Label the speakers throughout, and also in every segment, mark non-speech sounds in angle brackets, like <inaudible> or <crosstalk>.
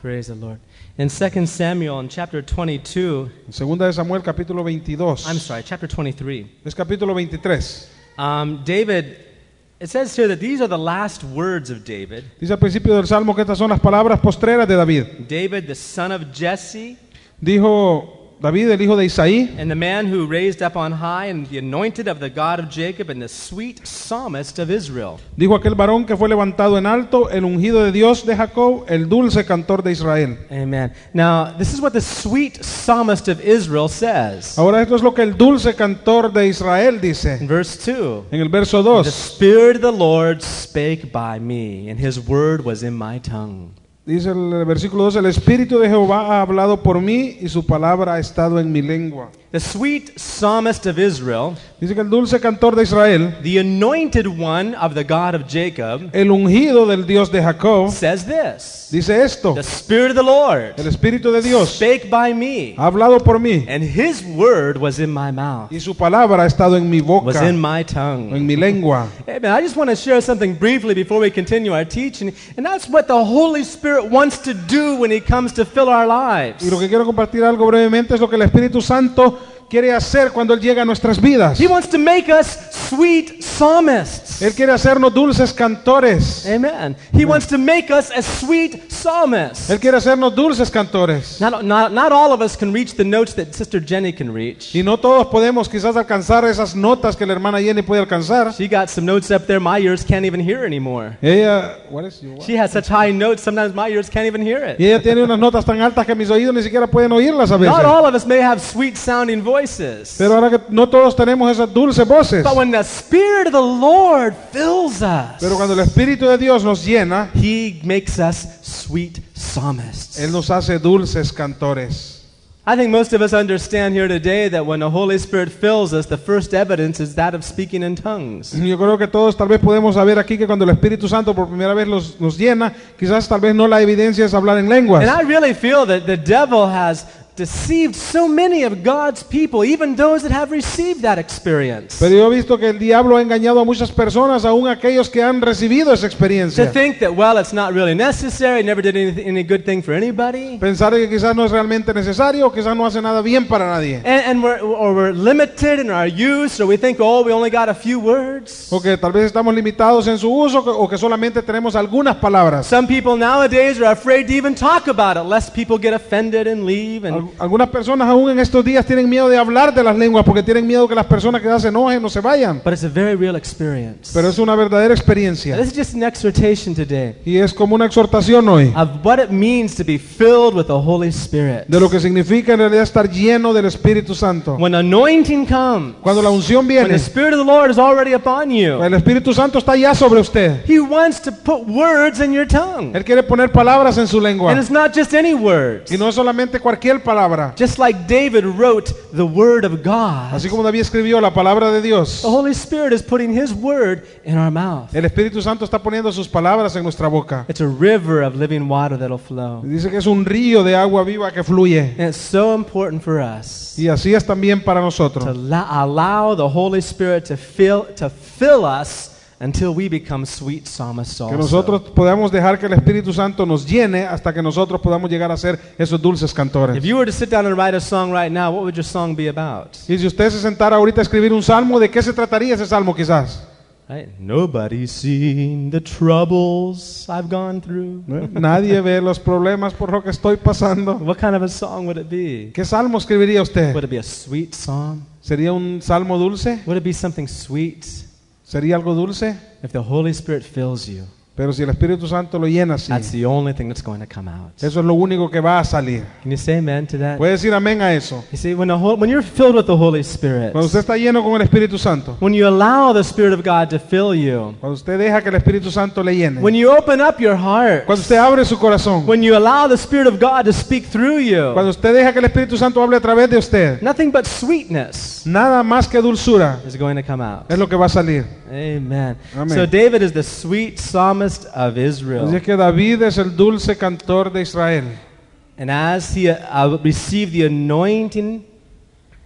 Speaker 1: Praise the Lord. In 2 Samuel, in chapter 22,
Speaker 2: En segunda de Samuel capítulo 22.
Speaker 1: I'm sorry, chapter 23,
Speaker 2: Es capítulo 23.
Speaker 1: um, David, it says here that these are the last words of David.
Speaker 2: Dice al principio del salmo que estas son las palabras postreras de David.
Speaker 1: David, the son of Jesse,
Speaker 2: Dijo David, el hijo de Isaí,
Speaker 1: and the man who raised up on high, and the anointed of the God of Jacob, and the sweet psalmist of Israel.
Speaker 2: dijo aquel varón que fue levantado en alto, el ungido de Dios de Jacob, el dulce cantor de Israel.
Speaker 1: Amen. Now, this is what the sweet psalmist of Israel says.
Speaker 2: Ahora esto es lo que el dulce cantor de Israel
Speaker 1: In
Speaker 2: dice
Speaker 1: verse 2,
Speaker 2: en el verso
Speaker 1: the
Speaker 2: 2.
Speaker 1: Spirit of the Lord spake by me, and his word was in my tongue.
Speaker 2: Dice el versículo 2, el Espíritu de Jehová ha hablado por mí y su palabra ha estado en mi lengua.
Speaker 1: The sweet psalmist of Israel,
Speaker 2: Dice que el dulce cantor de Israel,
Speaker 1: the anointed one of the God of Jacob,
Speaker 2: el ungido del Dios de Jacob,
Speaker 1: says this
Speaker 2: dice esto,
Speaker 1: The Spirit of the Lord
Speaker 2: el Espíritu de Dios
Speaker 1: spake by me,
Speaker 2: ha hablado por mí
Speaker 1: and his word was in my mouth,
Speaker 2: y su palabra ha estado en mi
Speaker 1: was
Speaker 2: boca,
Speaker 1: in my tongue.
Speaker 2: en mi lengua.
Speaker 1: Amen. I just want to share something briefly before we continue our teaching, and that's what the Holy Spirit wants to do when He comes to fill our lives.
Speaker 2: Y lo que quiero compartir algo brevemente es lo que el Espíritu Santo quiere hacer cuando Él llega a nuestras vidas.
Speaker 1: He wants to make us sweet psalmists.
Speaker 2: Él quiere hacernos dulces cantores.
Speaker 1: Amen. He wants to make us a sweet psalmist.
Speaker 2: Él quiere hacernos dulces cantores.
Speaker 1: Not, not, not all of us can reach the notes that Sister Jenny can reach.
Speaker 2: Y no todos podemos quizás alcanzar esas notas que la hermana Jenny puede alcanzar.
Speaker 1: She got some notes up there my ears can't even hear anymore.
Speaker 2: Ella, what is your-
Speaker 1: She has such high notes, sometimes my ears can't even hear
Speaker 2: y
Speaker 1: it.
Speaker 2: ella tiene unas notas tan altas que mis oídos ni siquiera pueden oírlas a veces.
Speaker 1: Not all of us may have sweet sounding voices.
Speaker 2: Pero ahora que no todos tenemos esas dulces voces.
Speaker 1: But when the Spirit of the Lord fills us,
Speaker 2: Pero cuando el Espíritu de Dios nos llena,
Speaker 1: He makes us sweet psalmists.
Speaker 2: Él nos hace dulces cantores. <clears throat>
Speaker 1: I think most of us understand here today that when the Holy Spirit fills us, the first evidence is that of speaking in tongues.
Speaker 2: Yo creo que todos tal vez podemos saber aquí que cuando el Espíritu Santo por primera vez los- nos llena, quizás tal vez no la evidencia es hablar en lenguas.
Speaker 1: And I really feel that the devil has deceived so many of God's people, even those that have received that experience,
Speaker 2: Pero yo he visto que el diablo ha engañado a muchas personas, aún aquellos que han recibido esa
Speaker 1: to
Speaker 2: experiencia.
Speaker 1: think that, well, it's not really necessary, it never did any, any good thing for anybody.
Speaker 2: Pensar que quizás no es realmente necesario o quizás no hace nada bien para nadie.
Speaker 1: And, and we're, or we're limited in our use, or we think, oh, we only got a few words.
Speaker 2: O que tal vez estamos limitados en su uso o que solamente tenemos algunas palabras.
Speaker 1: Some people nowadays are afraid to even talk about it, lest people get offended and leave. And
Speaker 2: Al- Algunas personas aún en estos días tienen miedo de hablar de las lenguas porque tienen miedo que las personas que se enojen no se vayan.
Speaker 1: but it's a very real experience.
Speaker 2: Pero es una verdadera experiencia
Speaker 1: This is just an exhortation today
Speaker 2: y es como una exhortación hoy
Speaker 1: of what it means to be filled with the Holy Spirit.
Speaker 2: de lo que significa en realidad estar lleno del Espíritu Santo.
Speaker 1: When anointing comes,
Speaker 2: Oh. Cuando la unción
Speaker 1: when
Speaker 2: viene,
Speaker 1: the Spirit of the Lord is already upon you,
Speaker 2: el Espíritu Santo está ya sobre usted.
Speaker 1: He wants to put words in your tongue,
Speaker 2: Él quiere poner palabras en su lengua
Speaker 1: and it's not just any words.
Speaker 2: y no es solamente cualquier palabra.
Speaker 1: Just like David wrote the Word of God,
Speaker 2: Así como David escribió la palabra de Dios,
Speaker 1: the Holy Spirit is putting His Word in our mouth.
Speaker 2: el Espíritu Santo está poniendo sus palabras en nuestra boca.
Speaker 1: It's a river of living water that'll flow.
Speaker 2: Dice que es un río de agua viva que fluye.
Speaker 1: And it's so important for us
Speaker 2: Y así es también para
Speaker 1: to
Speaker 2: nosotros.
Speaker 1: la- allow the Holy Spirit to fill, to fill us until we become sweet psalmists
Speaker 2: Que
Speaker 1: also.
Speaker 2: nosotros podamos dejar que el Espíritu Santo nos llene hasta que nosotros podamos llegar a ser esos dulces
Speaker 1: If
Speaker 2: cantores.
Speaker 1: you were to sit down and write a song right now, what would your song be about?
Speaker 2: Y si usted se sentara ahorita a escribir un salmo, ¿de qué se trataría ese salmo quizás?
Speaker 1: Right? Nobody's seen the troubles I've gone through.
Speaker 2: <laughs> Nadie ve los problemas por lo que estoy pasando.
Speaker 1: <laughs> What kind of a song would it
Speaker 2: <laughs>
Speaker 1: be?
Speaker 2: ¿Qué salmo escribiría usted?
Speaker 1: Would it be a sweet psalm?
Speaker 2: ¿Sería un salmo dulce?
Speaker 1: Would it be something sweet?
Speaker 2: ¿Sería algo dulce?
Speaker 1: If the Holy Spirit fills you,
Speaker 2: Pero si el Espíritu Santo lo llena así,
Speaker 1: that's the only thing that's going to come out.
Speaker 2: eso es lo único que va a salir.
Speaker 1: Can you say amen to that?
Speaker 2: Puede decir amén a eso.
Speaker 1: You see, when, the whole, when you're filled with the Holy Spirit,
Speaker 2: Cuando usted está lleno con el Espíritu Santo,
Speaker 1: when you allow the Spirit of God to fill you,
Speaker 2: cuando usted deja que el Espíritu Santo le llene,
Speaker 1: when you open up your heart,
Speaker 2: cuando usted abre su corazón,
Speaker 1: when you allow the Spirit of God to speak through you,
Speaker 2: Cuando usted deja que el Espíritu Santo hable a través de usted,
Speaker 1: nothing but sweetness
Speaker 2: nada más que dulzura
Speaker 1: is going to come out.
Speaker 2: es lo que va a salir.
Speaker 1: Amen.
Speaker 2: Amen.
Speaker 1: So David is the sweet psalmist of
Speaker 2: Así
Speaker 1: Israel.
Speaker 2: es que David es el dulce cantor de Israel.
Speaker 1: And as he uh, received the uh, anointing,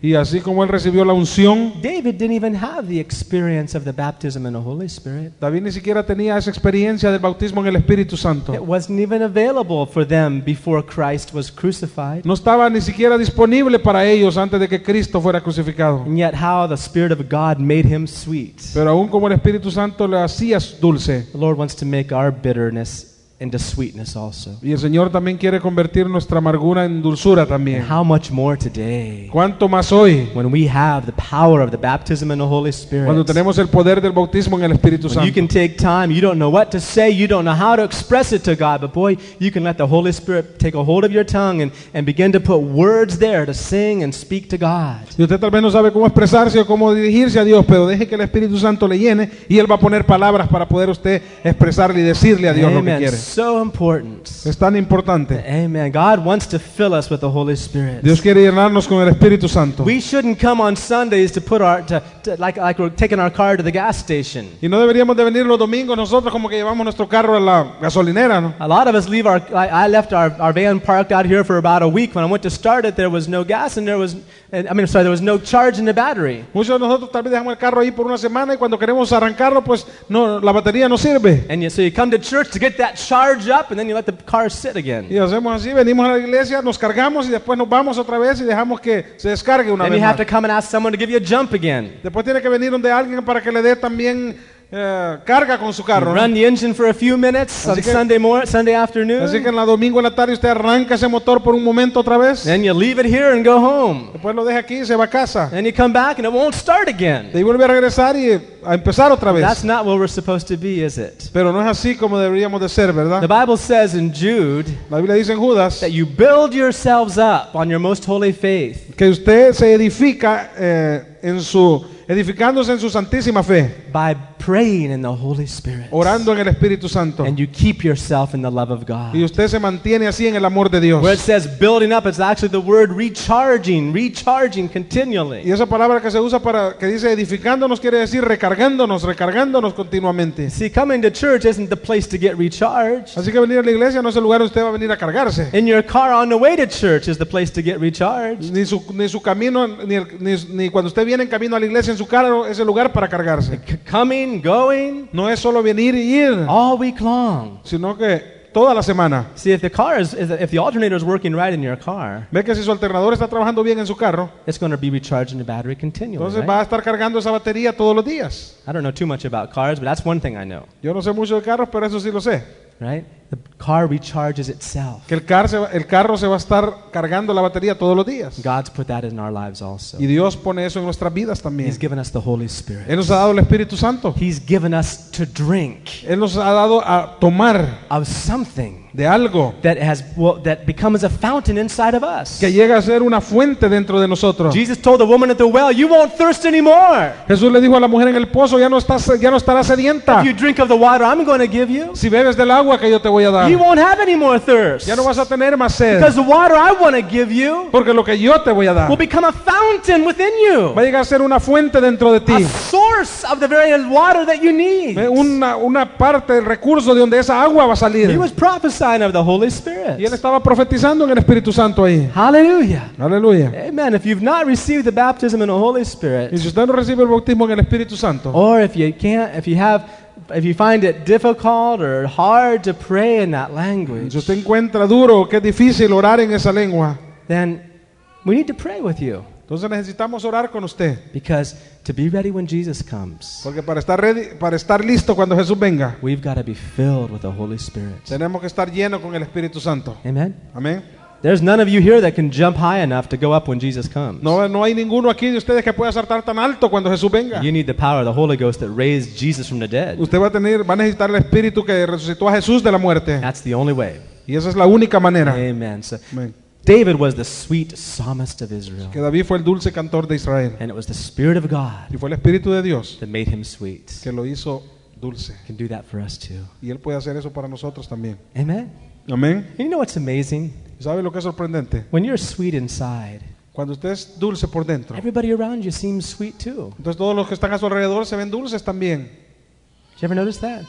Speaker 2: Y así como él recibió la unción,
Speaker 1: David didn't even have the experience of the baptism in the Holy Spirit.
Speaker 2: David ni siquiera tenía esa experiencia del bautismo en el Espíritu Santo.
Speaker 1: It wasn't even available for them before Christ was crucified.
Speaker 2: No estaba ni siquiera disponible para ellos antes de que Cristo fuera crucificado.
Speaker 1: And yet, how the Spirit of God made him sweet.
Speaker 2: Pero aún como el Espíritu Santo le hacía dulce.
Speaker 1: The Lord wants to make our bitterness into sweetness also.
Speaker 2: Y el Señor también quiere convertir nuestra amargura en dulzura
Speaker 1: And
Speaker 2: también.
Speaker 1: how much more today,
Speaker 2: ¿Cuánto más hoy?
Speaker 1: when we have the power of the baptism in the Holy Spirit?
Speaker 2: Cuando tenemos el poder del bautismo en el Espíritu
Speaker 1: When you
Speaker 2: Santo.
Speaker 1: can take time, you don't know what to say, you don't know how to express it to God, but boy, you can let the Holy Spirit take a hold of your tongue and, and begin to put words there to sing and speak to God.
Speaker 2: Y usted tal vez no sabe cómo expresarse o cómo dirigirse a Dios, pero deje que el Espíritu Santo le llene y Él va a poner palabras para poder usted expresarle y decirle a Dios lo que
Speaker 1: Amen. Eh,
Speaker 2: quiere.
Speaker 1: So important.
Speaker 2: Es tan importante.
Speaker 1: Amen. God wants to fill us with the Holy Spirit.
Speaker 2: Dios quiere llenarnos con el Espíritu Santo.
Speaker 1: eh. We shouldn't come on Sundays to put our, to, to, like, like we're taking our car to the gas station.
Speaker 2: Y no deberíamos de venir los domingos nosotros como que llevamos nuestro carro a la gasolinera, ¿no?
Speaker 1: A lot of us leave our, I, I left our, our van parked out here for about a week. When I went to start it, there was no gas and there was, and, I mean, sorry, there was no charge in the battery.
Speaker 2: Muchos de nosotros tal vez dejamos el carro ahí por una semana y cuando queremos arrancarlo, pues no, la batería no sirve.
Speaker 1: And you, so you come to church to get that charge up, and then you let the car sit again.
Speaker 2: Y hacemos así, venimos a la iglesia, nos cargamos y después nos vamos otra vez y dejamos que se descargue una
Speaker 1: Then
Speaker 2: vez
Speaker 1: you
Speaker 2: más.
Speaker 1: have to come and ask someone to give you a jump again.
Speaker 2: Después tiene que venir donde alguien para que le dé también eh, carga con su carro. ¿no?
Speaker 1: Run the engine for a few minutes on
Speaker 2: Así que-
Speaker 1: Sunday morning, Sunday
Speaker 2: Así que
Speaker 1: afternoon.
Speaker 2: en la domingo en la tarde usted arranca ese motor por un momento otra vez.
Speaker 1: Then you leave it here and go home.
Speaker 2: Después lo deja aquí y se va a casa.
Speaker 1: Then you come back and it won't start again.
Speaker 2: Y vuelve a regresar y a empezar otra
Speaker 1: That's
Speaker 2: vez.
Speaker 1: not what we're supposed to be, is it?
Speaker 2: Pero no es así como deberíamos de ser,
Speaker 1: The
Speaker 2: ¿verdad?
Speaker 1: Bible says in Jude
Speaker 2: La Biblia dice en Judas
Speaker 1: that you build yourselves up on your most holy faith.
Speaker 2: que usted se edifica eh, en su edificándose en su santísima fe,
Speaker 1: by praying in the Holy Spirit.
Speaker 2: orando en el Espíritu Santo.
Speaker 1: And you keep yourself in the love of
Speaker 2: Y
Speaker 1: God.
Speaker 2: usted se mantiene así en el amor de Dios.
Speaker 1: Where it says building up, it's actually the word recharging, recharging continually.
Speaker 2: Y esa palabra que se usa para que dice edificándonos quiere decir recargándonos, recargándonos continuamente.
Speaker 1: See, coming to church isn't the place to get recharged.
Speaker 2: Así que venir a la iglesia no es el lugar donde usted va a venir a cargarse.
Speaker 1: In your car on the way to church is the place to get recharged.
Speaker 2: Ni su, ni su camino, ni, el- ni, ni cuando usted viene en camino a la iglesia en su carro es el lugar para cargarse.
Speaker 1: C- coming, going,
Speaker 2: No es solo venir y ir,
Speaker 1: all week long.
Speaker 2: sino que toda la semana.
Speaker 1: See, if the car is, is- if the alternator is working right in your car,
Speaker 2: Ve que si su alternador está trabajando bien en su carro,
Speaker 1: it's going to be recharging the battery continually.
Speaker 2: entonces
Speaker 1: right?
Speaker 2: va a estar cargando esa batería todos los días.
Speaker 1: I don't know too much about cars, but that's one thing I know.
Speaker 2: Yo no sé mucho de carros, pero eso sí lo sé.
Speaker 1: Right? The car recharges itself.
Speaker 2: Que el, car se va- el carro se va a estar cargando la batería todos los días.
Speaker 1: God's put that in our lives also.
Speaker 2: Y Dios pone eso en nuestras vidas también.
Speaker 1: He's given us the Holy
Speaker 2: Él
Speaker 1: Spirit.
Speaker 2: nos ha dado el Espíritu Santo.
Speaker 1: He's given us to drink
Speaker 2: Él nos ha dado a tomar
Speaker 1: of something
Speaker 2: de algo
Speaker 1: that has well, that becomes a fountain inside of us.
Speaker 2: que llega a ser una fuente dentro de nosotros.
Speaker 1: Jesus told the woman at the well, "You won't thirst anymore.
Speaker 2: Jesús le dijo a la mujer en el pozo, ya no estás, ya no estarás sedienta.
Speaker 1: If you drink of the water I'm going to give you,
Speaker 2: Si bebes del agua que yo te voy a dar,
Speaker 1: you won't have any more thirst.
Speaker 2: ya no vas a tener más sed,
Speaker 1: Because the water I want to give you
Speaker 2: porque lo que yo te voy a dar
Speaker 1: will become a fountain within
Speaker 2: va a
Speaker 1: you,
Speaker 2: llegar a ser una fuente dentro de
Speaker 1: a
Speaker 2: ti,
Speaker 1: source of the very water that you need."
Speaker 2: Eh, una, una parte del recurso de donde esa agua va a
Speaker 1: He
Speaker 2: salir.
Speaker 1: was prophesying of the Holy
Speaker 2: Y él
Speaker 1: Spirit.
Speaker 2: estaba profetizando en el Espíritu Santo ahí.
Speaker 1: Hallelujah.
Speaker 2: Aleluya.
Speaker 1: Amen. If you've not received the baptism in the Holy Spirit,
Speaker 2: Y si usted no recibe el bautismo en el Espíritu Santo,
Speaker 1: Or if you can't, if you have, if you find it difficult or hard to pray in that
Speaker 2: si
Speaker 1: language,
Speaker 2: usted encuentra duro que es difícil orar en esa lengua,
Speaker 1: then we need to pray with you
Speaker 2: entonces necesitamos orar con usted.
Speaker 1: because to be ready when Jesus comes,
Speaker 2: Porque para estar, ready- para estar listo cuando Jesús venga,
Speaker 1: we've got to be filled with the Holy Spirit.
Speaker 2: tenemos que estar llenos con el Espíritu Santo.
Speaker 1: Amen.
Speaker 2: Amén.
Speaker 1: There's none of you here that can jump high enough to go up when Jesus comes.
Speaker 2: No, no hay ninguno aquí de ustedes que pueda saltar tan alto cuando Jesús venga.
Speaker 1: You need the power of the Holy Ghost that raised Jesus from the dead.
Speaker 2: Usted va a tener, va a necesitar el Espíritu que resucitó a Jesús de la muerte.
Speaker 1: That's the only way.
Speaker 2: Y esa es la única manera.
Speaker 1: Amen. So
Speaker 2: Amén.
Speaker 1: David was the sweet psalmist of Israel,
Speaker 2: Que David fue el dulce cantor de Israel.
Speaker 1: and it was the Spirit of God
Speaker 2: Y fue el Espíritu de Dios
Speaker 1: that made him sweet.
Speaker 2: que lo hizo dulce.
Speaker 1: can do that for us too.
Speaker 2: Y Él puede hacer eso para nosotros también.
Speaker 1: Amen.
Speaker 2: Amén.
Speaker 1: And you know what's amazing?
Speaker 2: ¿Y ¿Sabe lo que es sorprendente?
Speaker 1: When you're sweet inside,
Speaker 2: Cuando usted es dulce por dentro,
Speaker 1: everybody around you seems sweet too.
Speaker 2: entonces todos los que están a su alrededor se ven dulces también.
Speaker 1: Did you ever notice that?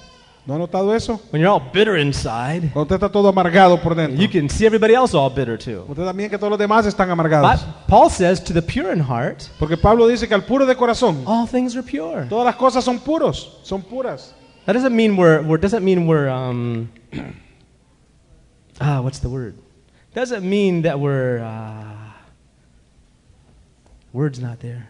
Speaker 2: ¿No ha notado eso?
Speaker 1: When you're all bitter inside,
Speaker 2: Cuando usted está todo amargado por dentro.
Speaker 1: you can see everybody else all bitter too.
Speaker 2: Usted también que todos los demás están amargados.
Speaker 1: But Paul says to the pure in heart,
Speaker 2: Porque Pablo dice que al puro de corazón,
Speaker 1: all things are pure.
Speaker 2: todas las cosas son puros, son puras.
Speaker 1: That doesn't mean we're, we're doesn't mean we're um, <clears throat> ah what's the word? Doesn't mean that we're uh, words not there.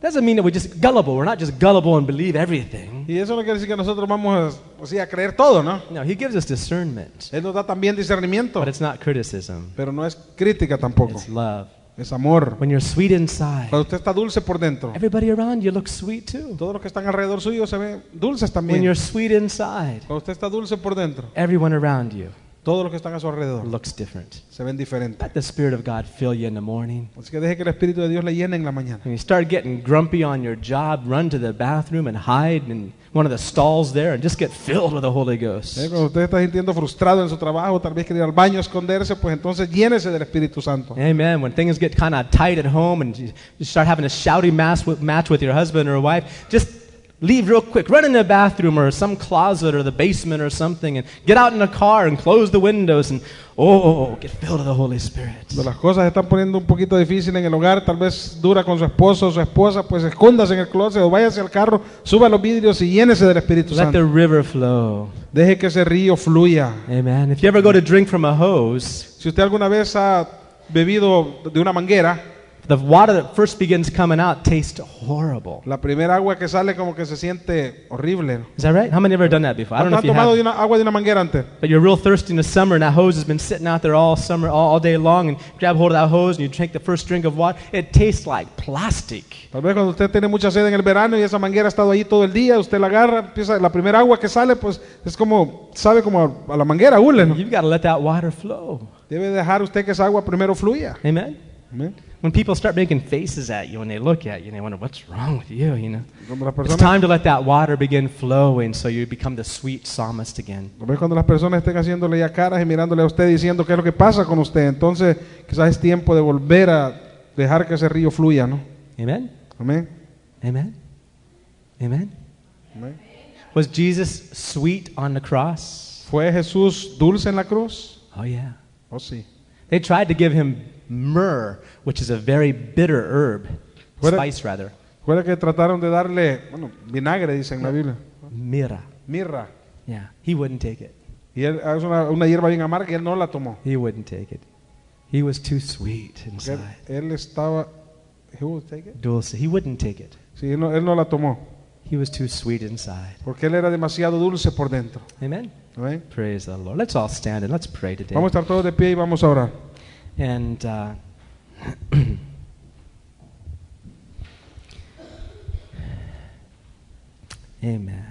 Speaker 1: Doesn't mean that we're just gullible. We're not just gullible and believe everything.
Speaker 2: Y eso no quiere decir que nosotros vamos a, así a creer todo, ¿no?
Speaker 1: No, he gives us discernment,
Speaker 2: Él nos da también discernimiento,
Speaker 1: but it's not criticism.
Speaker 2: pero no es crítica tampoco,
Speaker 1: It's love.
Speaker 2: es amor.
Speaker 1: When you're sweet inside,
Speaker 2: Cuando usted está dulce por dentro,
Speaker 1: everybody around you looks sweet too.
Speaker 2: todos los que están alrededor suyo se ven dulces
Speaker 1: When
Speaker 2: también.
Speaker 1: you're sweet inside,
Speaker 2: Cuando usted está dulce por dentro,
Speaker 1: everyone around you
Speaker 2: todos los que están a su alrededor
Speaker 1: looks different.
Speaker 2: se ven diferentes.
Speaker 1: Let the Spirit of God fill you in the morning.
Speaker 2: Así que deje que el Espíritu de Dios le llene en la mañana.
Speaker 1: When you start getting grumpy on your job, run to the bathroom and hide in one of the stalls there and just get filled with the Holy
Speaker 2: Eh,
Speaker 1: Ghost.
Speaker 2: Cuando usted está sintiendo frustrado en su trabajo, tal vez quiere ir al baño, esconderse, pues entonces llénese del Espíritu Santo.
Speaker 1: Amen. When things get kind of tight at home and you you start having a shouty mass with, match with your husband or wife, just leave real quick. Run in the bathroom or some closet or the basement or something and get out in the car and close the windows and, oh, get filled with the Holy Spirit.
Speaker 2: Cuando las cosas se están poniendo un poquito difícil en el hogar, tal vez dura con su esposo o su esposa, pues escóndase en el closet o váyase al carro, suba los vidrios y llénese del Espíritu
Speaker 1: Let
Speaker 2: Santo.
Speaker 1: the river flow.
Speaker 2: Deje que ese río fluya.
Speaker 1: Amen. If you ever go to drink from a hose,
Speaker 2: Si usted alguna vez ha bebido de una manguera,
Speaker 1: the water that first begins coming out tastes horrible.
Speaker 2: la primera agua que sale como que se siente horrible. ¿no?
Speaker 1: Is that right? How many ever done that before? I don't know
Speaker 2: ¿Cuántos
Speaker 1: if
Speaker 2: han
Speaker 1: you
Speaker 2: tomado de
Speaker 1: have.
Speaker 2: una, agua de una manguera antes?
Speaker 1: But you're real thirsty in the summer, and that hose has been sitting out there all summer, all, all day long, and grab hold of that hose, and you drink the first drink of water. It tastes like plastic.
Speaker 2: Tal vez cuando usted tiene mucha sed en el verano y esa manguera ha estado ahí todo el día, usted la agarra, empieza la primera agua que sale, pues es como, sabe como a, a la manguera, hule, ¿no?
Speaker 1: You've got to let that water flow.
Speaker 2: Debe dejar usted que esa agua primero fluya.
Speaker 1: Amen?
Speaker 2: Amén.
Speaker 1: When people start making faces at you, when they look at you, and they wonder, what's wrong with you, you know?
Speaker 2: Cuando las
Speaker 1: It's
Speaker 2: personas,
Speaker 1: time to let that water begin flowing so you become the sweet psalmist again.
Speaker 2: tal vez cuando las personas estén haciéndole ya caras y mirándole a usted diciendo qué es lo que pasa con usted, entonces quizás es tiempo de volver a dejar que ese río fluya, ¿no?
Speaker 1: Amen?
Speaker 2: Amén.
Speaker 1: Amen? Amen?
Speaker 2: Amén.
Speaker 1: Was Jesus sweet on the cross?
Speaker 2: ¿Fue Jesús dulce en la cruz?
Speaker 1: Oh, yeah.
Speaker 2: Oh, sí.
Speaker 1: They tried to give him myrrh, which is a very bitter herb,
Speaker 2: What a-
Speaker 1: spice rather.
Speaker 2: Recuerda que trataron de darle, bueno, vinagre, dice en la Biblia.
Speaker 1: Mira.
Speaker 2: Mirra.
Speaker 1: Yeah. He wouldn't take it.
Speaker 2: Y él ah, es una, una hierba bien amarga y él no la tomó.
Speaker 1: He wouldn't take it. He was too sweet
Speaker 2: Porque
Speaker 1: inside.
Speaker 2: Él, él estaba. He will take it.
Speaker 1: Dulce. He wouldn't take it.
Speaker 2: Sí, él no, él no la tomó.
Speaker 1: He was too sweet inside.
Speaker 2: Porque él era demasiado dulce por dentro.
Speaker 1: Amen.
Speaker 2: Amén.
Speaker 1: Praise the Lord. Let's all stand and let's pray today.
Speaker 2: Vamos a estar todos de pie y vamos a orar.
Speaker 1: And uh, <clears throat> Amen.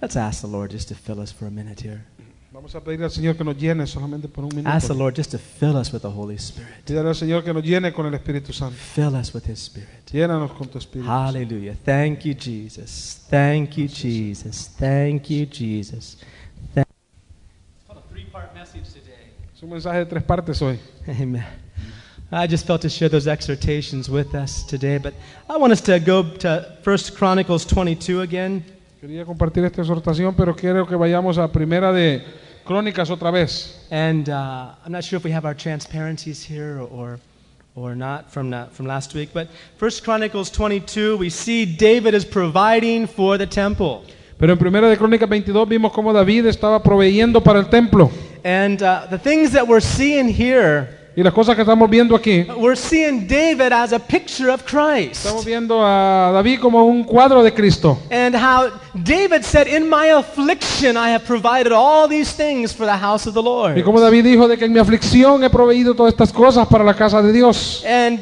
Speaker 1: Let's ask the Lord just to fill us for a minute here.
Speaker 2: Vamos a pedirle al Señor que nos llene solamente por un
Speaker 1: Ask the
Speaker 2: minuto.
Speaker 1: Lord just to fill us with the Holy Spirit.
Speaker 2: Pídale al Señor que nos llene con el Espíritu Santo.
Speaker 1: Fill us with His Spirit.
Speaker 2: Llénanos con tu Espíritu. Santo.
Speaker 1: Hallelujah. Thank you, Jesus. Thank you, Jesus. Thank you, Jesus. Thank
Speaker 2: Es un mensaje de tres partes hoy.
Speaker 1: Amen. I just felt to share those exhortations with us today, but I want us to go to First Chronicles 22 again.
Speaker 2: Quería compartir esta exhortación, pero quiero que vayamos a primera de Crónicas otra vez.
Speaker 1: And uh, I'm not sure if we have our transparencies here or, or not from, the, from last week, but First Chronicles 22, we see David is providing for the temple.
Speaker 2: Pero en primera de Crónicas 22 vimos cómo David estaba proveyendo para el templo.
Speaker 1: And uh, the things that we're seeing here,
Speaker 2: Y las cosas que estamos viendo aquí
Speaker 1: we're seeing David as a picture of
Speaker 2: Estamos
Speaker 1: Christ.
Speaker 2: viendo a David como un cuadro de Cristo.
Speaker 1: And how David said, In my affliction, I have provided all these things for the house of the
Speaker 2: Y
Speaker 1: Lord.
Speaker 2: como David dijo de que en mi aflicción he proveído todas estas cosas para la casa de Dios.
Speaker 1: And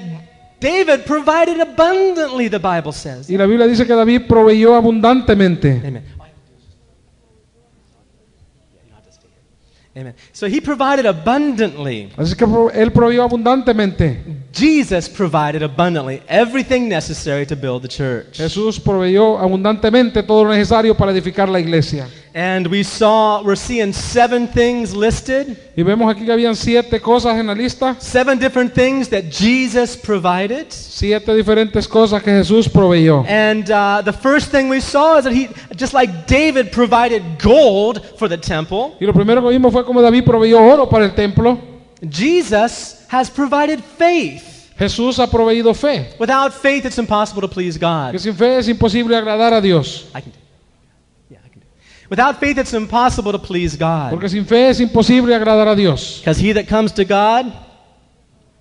Speaker 1: David provided abundantly, the Bible says.
Speaker 2: Y la Biblia dice que David proveyó abundantemente.
Speaker 1: Amen. Amen. So he provided abundantly.
Speaker 2: Así que pro- él proveyó abundantemente.
Speaker 1: Jesus provided abundantly everything necessary to build the church.
Speaker 2: Jesús proveyó abundantemente todo lo necesario para edificar la iglesia.
Speaker 1: And we saw, we're seeing seven things listed,
Speaker 2: Y vemos aquí que habían siete cosas en la lista,
Speaker 1: seven different things that Jesus provided.
Speaker 2: siete diferentes cosas que Jesús proveyó.
Speaker 1: And uh, the first thing we saw is that he, just like David provided gold for the temple,
Speaker 2: Y lo primero que vimos fue como David proveyó oro para el templo.
Speaker 1: Jesus has provided faith.
Speaker 2: Jesús ha proveído fe,
Speaker 1: Without faith, it's impossible to please
Speaker 2: que
Speaker 1: God.
Speaker 2: sin fe es imposible agradar a Dios,
Speaker 1: I can do it. Yeah, I can do it. Without faith, it's impossible to please God.
Speaker 2: porque sin fe es imposible agradar a Dios.
Speaker 1: Because he that comes to God,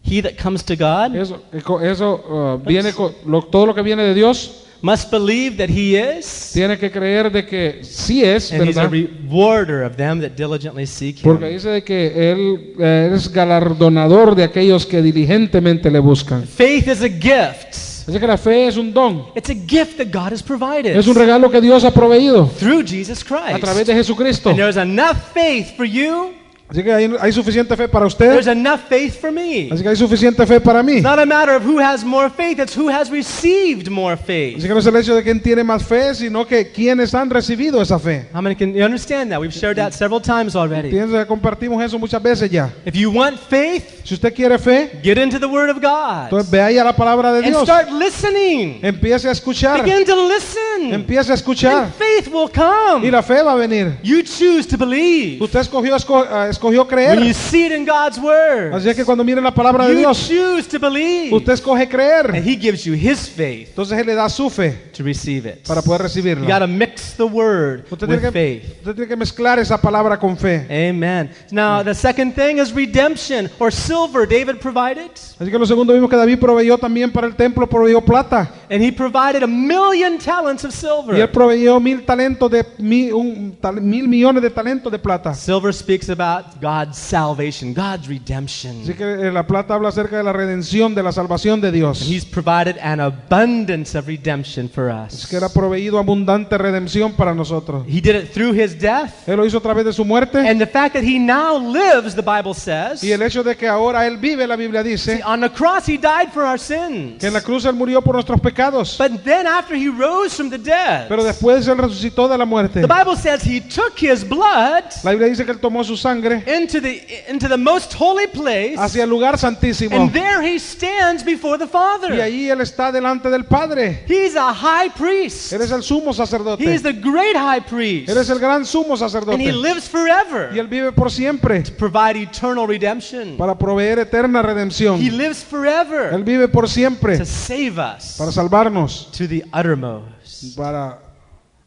Speaker 1: he that comes to God
Speaker 2: Eso, eso uh, viene con lo- todo lo que viene de Dios
Speaker 1: must believe that he is,
Speaker 2: tiene que creer de que sí es
Speaker 1: and he's a
Speaker 2: verdad,
Speaker 1: rewarder of them that diligently seek
Speaker 2: porque
Speaker 1: him.
Speaker 2: dice de que él eh, es galardonador de aquellos que diligentemente le buscan.
Speaker 1: Faith is a gift.
Speaker 2: Así que la fe es un don,
Speaker 1: It's a gift that God has provided
Speaker 2: es un regalo que Dios ha proveído
Speaker 1: through Jesus
Speaker 2: a
Speaker 1: Christ.
Speaker 2: través de Jesucristo.
Speaker 1: And there's enough faith for you.
Speaker 2: Así que hay, hay suficiente fe para usted,
Speaker 1: There's enough faith for me.
Speaker 2: Eh? así que hay suficiente fe para mí.
Speaker 1: It's not a matter of who has more faith, it's who has received more
Speaker 2: Así
Speaker 1: faith.
Speaker 2: que no es el hecho de quién tiene más fe, sino que quienes han recibido esa fe.
Speaker 1: How many can you understand that? We've shared that several times already.
Speaker 2: Piensa, compartimos eso muchas veces ya.
Speaker 1: If you want faith,
Speaker 2: Si usted quiere fe,
Speaker 1: get into the Word of God
Speaker 2: entonces vea ya la palabra de
Speaker 1: and
Speaker 2: Dios.
Speaker 1: start listening.
Speaker 2: Empiece a escuchar.
Speaker 1: Begin to listen.
Speaker 2: Empiece a escuchar.
Speaker 1: And faith will
Speaker 2: Y
Speaker 1: come.
Speaker 2: la fe va a venir.
Speaker 1: You choose to believe.
Speaker 2: Usted escogió, esco- ah, escogió
Speaker 1: When you
Speaker 2: creer.
Speaker 1: see it in God's Word,
Speaker 2: Así es que cuando mire la palabra de
Speaker 1: you Eh.
Speaker 2: Dios,
Speaker 1: choose to believe.
Speaker 2: usted escoge
Speaker 1: And
Speaker 2: creer.
Speaker 1: He gives you His faith
Speaker 2: Entonces Él le da su fe
Speaker 1: to receive it.
Speaker 2: para poder
Speaker 1: You got
Speaker 2: recibirla.
Speaker 1: to mix the Word
Speaker 2: Usted tiene,
Speaker 1: with
Speaker 2: que,
Speaker 1: faith. Eh.
Speaker 2: usted tiene que mezclar esa palabra con fe.
Speaker 1: Amen. Now,
Speaker 2: Mm.
Speaker 1: the second thing is redemption or silver David provided.
Speaker 2: Así que lo segundo vimos que David proveyó también para el templo, proveyó plata.
Speaker 1: And he provided a million talents of
Speaker 2: Y él
Speaker 1: silver.
Speaker 2: proveyó mil talentos de mi- un tal- mil millones de talentos de plata.
Speaker 1: Silver speaks about God's salvation, God's
Speaker 2: Así
Speaker 1: redemption.
Speaker 2: que eh, la plata habla acerca de la redención, de la salvación de Dios.
Speaker 1: He's provided an abundance of redemption for
Speaker 2: Es
Speaker 1: us.
Speaker 2: que era proveído abundante redención para nosotros.
Speaker 1: He did it through his death.
Speaker 2: Él lo hizo a través de su muerte
Speaker 1: And the fact that he now lives, the Bible says.
Speaker 2: y el hecho de que ahora él vive, la Biblia
Speaker 1: See,
Speaker 2: dice,
Speaker 1: on the cross, he died for our sins.
Speaker 2: que en la cruz él murió por nuestros pecados,
Speaker 1: But then, after he rose from the dead,
Speaker 2: pero después él resucitó de la muerte.
Speaker 1: the Bible says he took his blood
Speaker 2: La Biblia dice que él tomó su sangre
Speaker 1: into the into the most holy place
Speaker 2: hacia el lugar santísimo
Speaker 1: and there he stands before the father
Speaker 2: y ahí él está delante del Padre.
Speaker 1: he's a high priest
Speaker 2: Él es el sumo
Speaker 1: he
Speaker 2: sacerdote.
Speaker 1: is the great high priest
Speaker 2: Él es el gran sumo
Speaker 1: and
Speaker 2: sacerdote
Speaker 1: he lives forever
Speaker 2: y él vive por siempre.
Speaker 1: to provide eternal redemption
Speaker 2: para proveer eterna redención.
Speaker 1: he lives forever
Speaker 2: Él vive por siempre
Speaker 1: to save us
Speaker 2: para salvarnos,
Speaker 1: to the uttermost
Speaker 2: para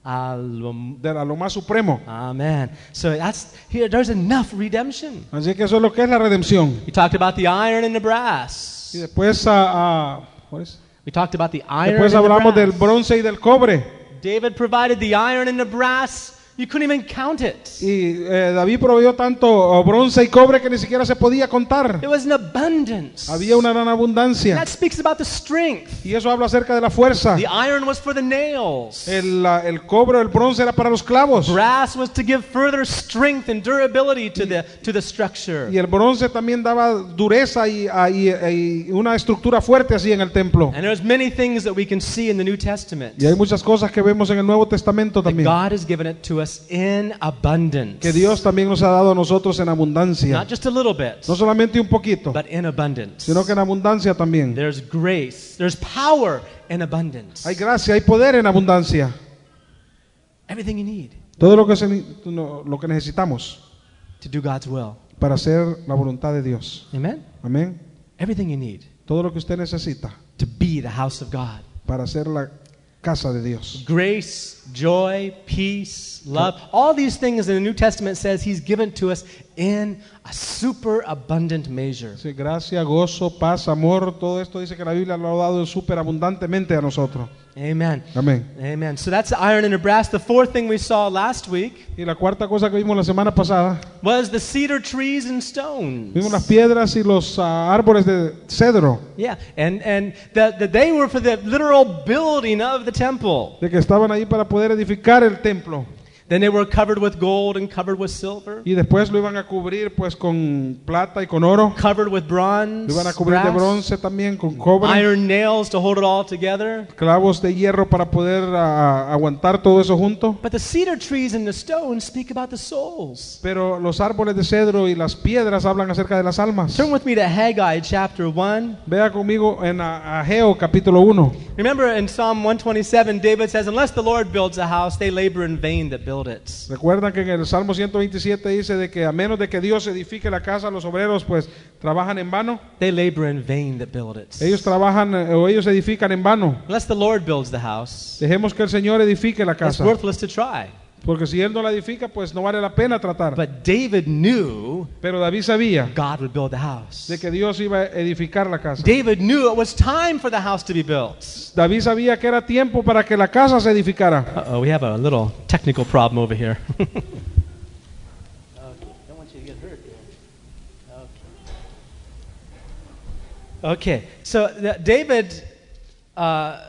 Speaker 1: Alum-
Speaker 2: de- a lo más supremo.
Speaker 1: amen so that's here there's enough redemption
Speaker 2: Así que eso es lo que es la redención.
Speaker 1: we talked about the iron and the
Speaker 2: Y
Speaker 1: brass
Speaker 2: después, a- a- ¿cuál es?
Speaker 1: we talked about the iron
Speaker 2: después
Speaker 1: and the
Speaker 2: hablamos del
Speaker 1: brass.
Speaker 2: bronce y del cobre.
Speaker 1: David provided the iron and the brass. You couldn't even count it.
Speaker 2: Y eh, David proveyó tanto oh, bronce y cobre que ni siquiera se podía
Speaker 1: It
Speaker 2: contar.
Speaker 1: was an abundance.
Speaker 2: Había una gran abundancia.
Speaker 1: That speaks about the strength.
Speaker 2: Y eso habla acerca de la fuerza.
Speaker 1: The iron was for the nails.
Speaker 2: El, ah, el cobre o el bronce era para los clavos.
Speaker 1: Brass was to give further strength and durability to the to the structure.
Speaker 2: Y el bronce también daba dureza y, ah, y- y una estructura fuerte así en el templo.
Speaker 1: And there's many things that we can see in the New Testament.
Speaker 2: Y hay muchas cosas que vemos en el Nuevo Testamento
Speaker 1: That
Speaker 2: también,
Speaker 1: God has given it to us in abundance.
Speaker 2: que Dios también nos ha dado a nosotros en
Speaker 1: Not
Speaker 2: abundancia.
Speaker 1: just a little bit,
Speaker 2: No solamente un poquito,
Speaker 1: but in abundance.
Speaker 2: sino que en abundancia también.
Speaker 1: There's grace. There's power in abundance.
Speaker 2: Hay gracia, hay poder en abundancia.
Speaker 1: Everything you need
Speaker 2: Todo lo que, se ni- no, lo que necesitamos
Speaker 1: to do God's will.
Speaker 2: para hacer la voluntad de Dios.
Speaker 1: Amen.
Speaker 2: Amén.
Speaker 1: Everything you need.
Speaker 2: Todo lo que usted necesita
Speaker 1: to be the house of God.
Speaker 2: para hacer la casa de Dios.
Speaker 1: Grace, joy, peace, love, all these things in the New Testament says he's given to us in a super abundant measure.
Speaker 2: Sí, gracia, gozo, paz, amor, todo esto dice que la Biblia lo ha dado superabundantemente a nosotros.
Speaker 1: Amen.
Speaker 2: Amén.
Speaker 1: Amen. So that's the iron and the brass. The fourth thing we saw last week
Speaker 2: Y la cuarta cosa que vimos la semana pasada
Speaker 1: was the cedar trees and stones.
Speaker 2: Vimos las piedras y los ah, árboles de cedro
Speaker 1: Yeah, and, and that that they were for the literal building of the temple.
Speaker 2: de que estaban ahí para poder edificar el templo.
Speaker 1: Then they were covered with gold and covered with silver,
Speaker 2: Y después lo iban a cubrir pues con plata y con oro.
Speaker 1: covered with bronze,
Speaker 2: Lo iban a cubrir de
Speaker 1: brass,
Speaker 2: bronce también, con cobre,
Speaker 1: iron nails to hold it all together.
Speaker 2: clavos de hierro para poder ah, aguantar todo eso junto.
Speaker 1: But the cedar trees and the stones speak about the souls.
Speaker 2: Pero los árboles de cedro y las piedras hablan acerca de las almas.
Speaker 1: Turn with me to Haggai chapter 1.
Speaker 2: Vea conmigo en ah, A- Ageo capítulo 1.
Speaker 1: Remember in Psalm 127, David says, Unless the Lord builds a house, they labor in vain that build it.
Speaker 2: Recuerdan que en el Salmo 127 dice de que a menos de que Dios edifique la casa, los obreros pues trabajan en vano.
Speaker 1: They labor in vain that build it.
Speaker 2: Ellos trabajan eh, o ellos edifican en vano.
Speaker 1: Unless the Lord builds the house,
Speaker 2: Dejemos que el Señor edifique la
Speaker 1: it's
Speaker 2: casa.
Speaker 1: worthless to try.
Speaker 2: Porque si Él no la edifica, pues no vale la pena tratar.
Speaker 1: But David knew
Speaker 2: Pero David sabía
Speaker 1: God would build the house.
Speaker 2: de que Dios iba a edificar la casa.
Speaker 1: David knew it was time for the house to be built.
Speaker 2: David sabía que era tiempo para que la casa se edificara.
Speaker 1: Uh oh, we have a little technical problem over here. <laughs> Okay, so th- David uh,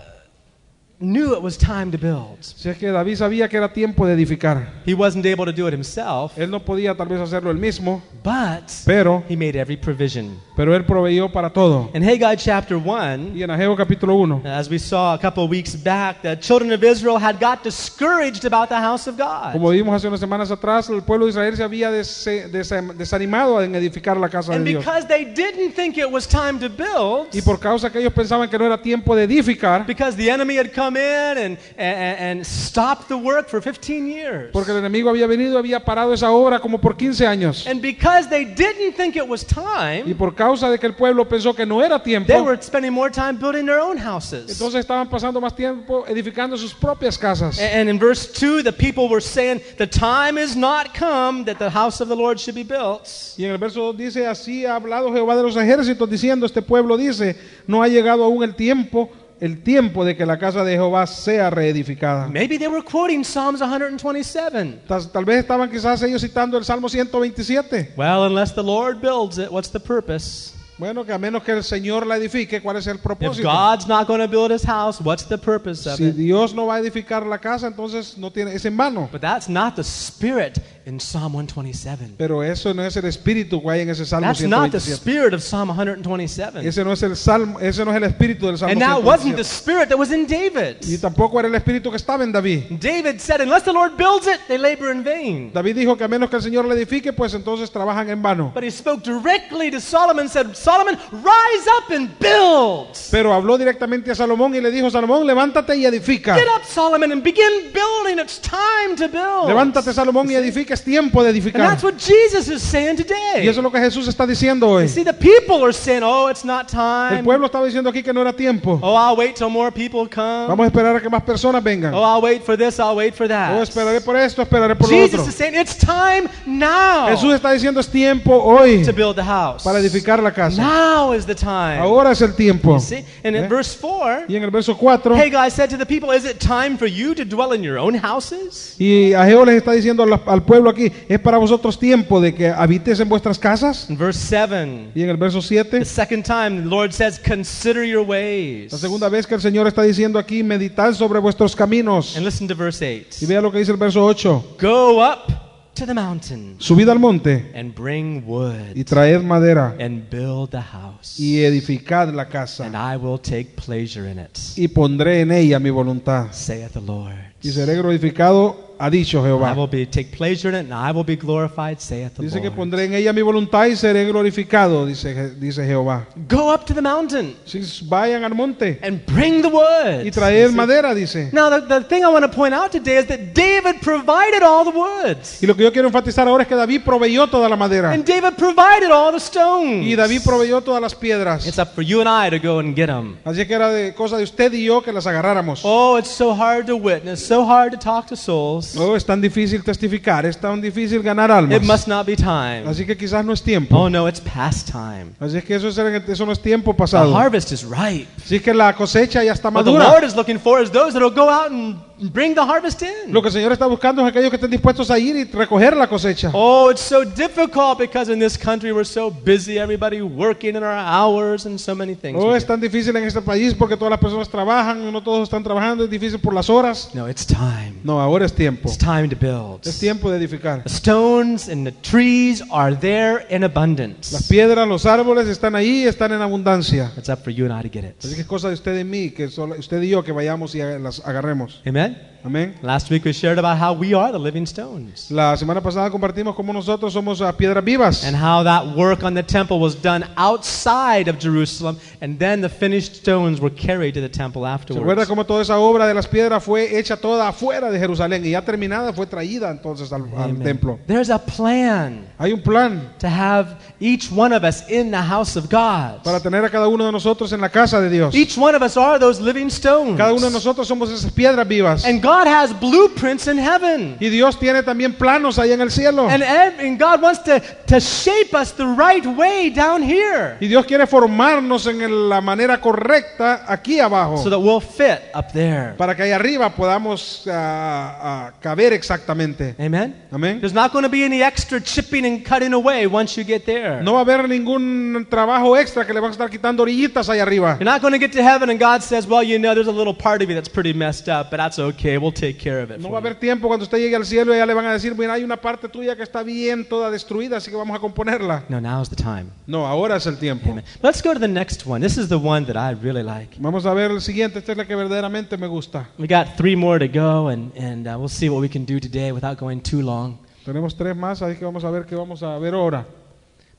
Speaker 1: knew it was time to build.
Speaker 2: Si es que David sabía que era tiempo de edificar.
Speaker 1: He wasn't able to do it himself,
Speaker 2: Él no podía tal vez hacerlo él mismo,
Speaker 1: but
Speaker 2: pero,
Speaker 1: he made every provision.
Speaker 2: pero él proveyó para todo.
Speaker 1: In Haggai chapter 1,
Speaker 2: Y en Ageo capítulo 1,
Speaker 1: as we saw a couple of weeks back, the children of Israel had got discouraged about the house of God.
Speaker 2: como vimos hace unas semanas atrás, el pueblo de Israel se había dese- desa- desanimado en edificar la casa de
Speaker 1: And
Speaker 2: Dios.
Speaker 1: because they didn't think it was time to build,
Speaker 2: Y por causa que ellos pensaban que no era tiempo de edificar,
Speaker 1: because the enemy had come in and, and, and stopped the work for 15 years,
Speaker 2: porque el enemigo había venido, había parado esa obra como por 15 años.
Speaker 1: and because they didn't think it was
Speaker 2: Y
Speaker 1: time,
Speaker 2: por causa de que el pueblo pensó que no era tiempo,
Speaker 1: they were spending more time building their own houses.
Speaker 2: entonces estaban pasando más tiempo edificando sus propias casas.
Speaker 1: A- And in verse 2, the people were saying, The time is not come that the house of the Lord should be built.
Speaker 2: Y en el verso 2 dice, así ha hablado Jehová de los ejércitos, diciendo, este pueblo dice, no ha llegado aún el tiempo, el tiempo de que la casa de Jehová sea reedificada.
Speaker 1: Maybe they were quoting Psalms 127.
Speaker 2: Tal, tal vez estaban quizás ellos citando el Salmo 127.
Speaker 1: Well, unless the Lord builds it, what's the purpose?
Speaker 2: Bueno, que a menos que el Señor la edifique, ¿cuál es el
Speaker 1: If
Speaker 2: propósito?
Speaker 1: God's not going to build his house, what's the purpose of
Speaker 2: Si
Speaker 1: it?
Speaker 2: Dios no va a edificar la casa, entonces no tiene, es en vano.
Speaker 1: But that's not the spirit in Psalm 127.
Speaker 2: Pero eso no es el espíritu que hay en ese Salmo
Speaker 1: That's not the
Speaker 2: 127.
Speaker 1: spirit of Psalm 127.
Speaker 2: Ese no es el salmo, ese no es el espíritu del Salmo
Speaker 1: And that wasn't the
Speaker 2: 127.
Speaker 1: spirit that was in David.
Speaker 2: Y tampoco era el espíritu que estaba en David.
Speaker 1: David said, Unless the Lord builds it, they labor in vain.
Speaker 2: David dijo que a menos que el Señor le edifique, pues entonces trabajan en vano.
Speaker 1: But he spoke directly to Solomon and said, Solomon, rise up and build.
Speaker 2: Pero habló directamente a Salomón y le dijo, Salomón, levántate y edifica.
Speaker 1: Get up, Solomon, and begin building. It's time to build.
Speaker 2: Levántate, Salomón, y edifica. Es tiempo de
Speaker 1: And
Speaker 2: edificar.
Speaker 1: that's what Jesus is saying
Speaker 2: Y
Speaker 1: today.
Speaker 2: eso es lo que Jesús está diciendo
Speaker 1: You
Speaker 2: hoy.
Speaker 1: see, the people are saying, Oh, it's not
Speaker 2: El
Speaker 1: time.
Speaker 2: pueblo estaba diciendo aquí que no era tiempo.
Speaker 1: Oh, I'll wait till more people come.
Speaker 2: Vamos a esperar a que más personas vengan.
Speaker 1: Oh, I'll wait for this, I'll wait for
Speaker 2: Oh,
Speaker 1: that.
Speaker 2: esperaré por esto, esperaré por lo otro.
Speaker 1: Jesus is saying, It's time now
Speaker 2: Jesús está diciendo, es tiempo hoy
Speaker 1: to build the house.
Speaker 2: para edificar la casa.
Speaker 1: Now is the time.
Speaker 2: Ahora es el tiempo.
Speaker 1: See? And in
Speaker 2: Eh?
Speaker 1: verse 4,
Speaker 2: Y en el verso 4,
Speaker 1: Haggai said to the people, Is it time for you to dwell in your own houses?
Speaker 2: y Ageo les está diciendo al- al pueblo aquí, es para vosotros tiempo de que habites en vuestras casas.
Speaker 1: In verse 7,
Speaker 2: Y en el verso 7,
Speaker 1: the second time, the Lord says, Consider your ways.
Speaker 2: La segunda vez que el Señor está diciendo aquí, meditad sobre vuestros caminos.
Speaker 1: And listen to verse
Speaker 2: Y
Speaker 1: 8
Speaker 2: vea lo que dice el verso 8.
Speaker 1: Go up to the mountain
Speaker 2: Subid al monte
Speaker 1: and bring
Speaker 2: y
Speaker 1: wood
Speaker 2: traed madera
Speaker 1: and build the house.
Speaker 2: y edificad la
Speaker 1: and
Speaker 2: casa
Speaker 1: I will take pleasure in it,
Speaker 2: y pondré en ella mi voluntad.
Speaker 1: saith the Lord.
Speaker 2: Y seré glorificado, ha dicho
Speaker 1: I
Speaker 2: Jehová.
Speaker 1: will be take pleasure in it, and I will be glorified, saith the
Speaker 2: Dice que
Speaker 1: Lord.
Speaker 2: pondré en ella mi voluntad y seré glorificado, dice, Je- dice Jehová.
Speaker 1: Go up to the mountain
Speaker 2: Sí, vayan al monte
Speaker 1: and bring the wood.
Speaker 2: y traed madera, dice.
Speaker 1: Now, the, the thing I want to point out today is that David provided all the woods,
Speaker 2: Y lo que yo quiero enfatizar ahora es que David proveyó toda la madera
Speaker 1: and David provided all the stones.
Speaker 2: y David proveyó todas las
Speaker 1: It's
Speaker 2: piedras.
Speaker 1: up for you and I to go and get them.
Speaker 2: Así que era de cosa de usted y yo que las agarráramos.
Speaker 1: Oh, it's so hard to witness, so hard to talk to souls.
Speaker 2: Oh, es tan difícil testificar, es tan difícil ganar
Speaker 1: It
Speaker 2: almas.
Speaker 1: must not be time.
Speaker 2: Así que quizás no es tiempo.
Speaker 1: Oh, no, it's past time.
Speaker 2: Así es que eso, es el- eso no es tiempo
Speaker 1: The
Speaker 2: pasado.
Speaker 1: harvest is ripe.
Speaker 2: Así que la cosecha ya está
Speaker 1: What the
Speaker 2: madura.
Speaker 1: Lord is looking for is those that will go out and bring the harvest in.
Speaker 2: Lo que el Señor está buscando es aquellos que estén dispuestos a ir y recoger la cosecha.
Speaker 1: Oh, it's so difficult because in this country we're so busy, everybody working in our hours and so many things.
Speaker 2: No
Speaker 1: we
Speaker 2: Oh, es tan difícil en este país porque todas las personas trabajan, no todos están trabajando, es difícil por las horas.
Speaker 1: do. No, it's time.
Speaker 2: No, ahora es tiempo.
Speaker 1: It's time to build.
Speaker 2: Es tiempo de edificar.
Speaker 1: The stones and the trees are there in
Speaker 2: Las
Speaker 1: abundance.
Speaker 2: piedras, los árboles están ahí, están en abundancia.
Speaker 1: It's up for you and I to get
Speaker 2: Así que
Speaker 1: it.
Speaker 2: es cosa de usted y mí, que solo- usted y yo que vayamos y a- las agarremos.
Speaker 1: Amen.
Speaker 2: Amén.
Speaker 1: Last week we shared about how we are the living stones
Speaker 2: La semana pasada compartimos cómo nosotros somos ah, piedras vivas.
Speaker 1: and how that work on the temple was done outside of Jerusalem and then the finished stones were carried to the temple
Speaker 2: ¿Se acuerda
Speaker 1: afterwards.
Speaker 2: cómo toda esa obra de las piedras fue hecha toda afuera de Jerusalén y ya terminada fue traída entonces al, al
Speaker 1: Amen.
Speaker 2: templo?
Speaker 1: There's a plan
Speaker 2: Hay un plan
Speaker 1: to have each one of us in the house of God.
Speaker 2: para tener a cada uno de nosotros en la casa de Dios.
Speaker 1: Each one of us are those living stones.
Speaker 2: Cada uno de nosotros somos esas piedras vivas.
Speaker 1: And God has blueprints in heaven.
Speaker 2: Y Dios tiene también planos ahí en el cielo.
Speaker 1: And, ev- and God wants to, to shape us the right way down here
Speaker 2: Y Dios quiere formarnos en el- la manera correcta aquí abajo.
Speaker 1: so that we'll fit up there.
Speaker 2: Para que ahí arriba podamos ah, ah, caber exactamente.
Speaker 1: Amen?
Speaker 2: Amén.
Speaker 1: There's not going to be any extra chipping and cutting away once you get there.
Speaker 2: No va a haber ningún trabajo extra que le van a estar quitando orillitas ahí arriba.
Speaker 1: You're not going to get to heaven and God says, well, you know, there's a little part of you that's pretty messed up, but that's okay. We'll take care of it.
Speaker 2: No
Speaker 1: for
Speaker 2: va a
Speaker 1: you."
Speaker 2: haber tiempo cuando usted llegue al cielo y ya le van a decir, mira, hay una parte tuya que está bien toda destruida, así que vamos a componerla.
Speaker 1: No, now's the time.
Speaker 2: No, ahora es el tiempo.
Speaker 1: Amen. Let's go to the next one. This is the one that I really like.
Speaker 2: Vamos a ver el siguiente, esta es la que verdaderamente me gusta.
Speaker 1: We got three more to go, and, and uh, we'll see what we can do today without going too long.
Speaker 2: Tenemos tres más, así que vamos a ver qué vamos a ver ahora.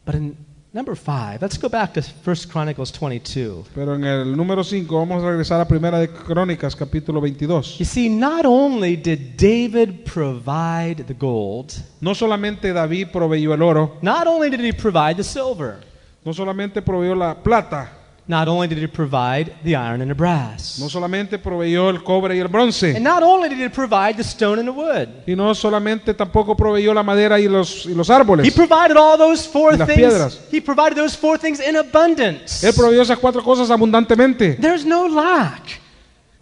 Speaker 1: But in number five, let's go back to 1 Chronicles 22.
Speaker 2: Pero en el número 5 vamos a regresar a Primera de Crónicas, capítulo
Speaker 1: You
Speaker 2: 22.
Speaker 1: see, not only did David provide the gold,
Speaker 2: No solamente David proveyó el oro,
Speaker 1: not only did he provide the silver,
Speaker 2: no solamente proveyó la plata,
Speaker 1: not only did he provide the iron and the brass,
Speaker 2: no solamente proveyó el cobre y el
Speaker 1: and
Speaker 2: bronce,
Speaker 1: not only did he provide the stone and the wood,
Speaker 2: y no solamente tampoco proveyó la madera y los, y los
Speaker 1: he
Speaker 2: árboles.
Speaker 1: provided all those four
Speaker 2: Y las
Speaker 1: things.
Speaker 2: piedras. Eh,
Speaker 1: He provided those four things in abundance.
Speaker 2: Él proveyó esas cuatro cosas abundantemente.
Speaker 1: There's no lack.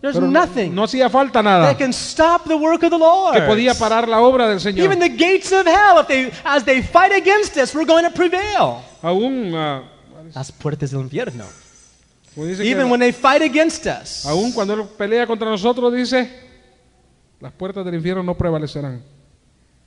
Speaker 1: There's
Speaker 2: Pero no,
Speaker 1: nothing.
Speaker 2: no hacía falta nada
Speaker 1: that can stop the work of the Lord.
Speaker 2: que podía parar la obra del Señor.
Speaker 1: Even the gates of hell, if they, as they fight against us, we're going to prevail.
Speaker 2: Aún, ah,
Speaker 1: Las puertas del infierno.
Speaker 2: como dice que-
Speaker 1: Even when they fight against us,
Speaker 2: aún cuando Él pelea contra nosotros, dice, las puertas del infierno no prevalecerán.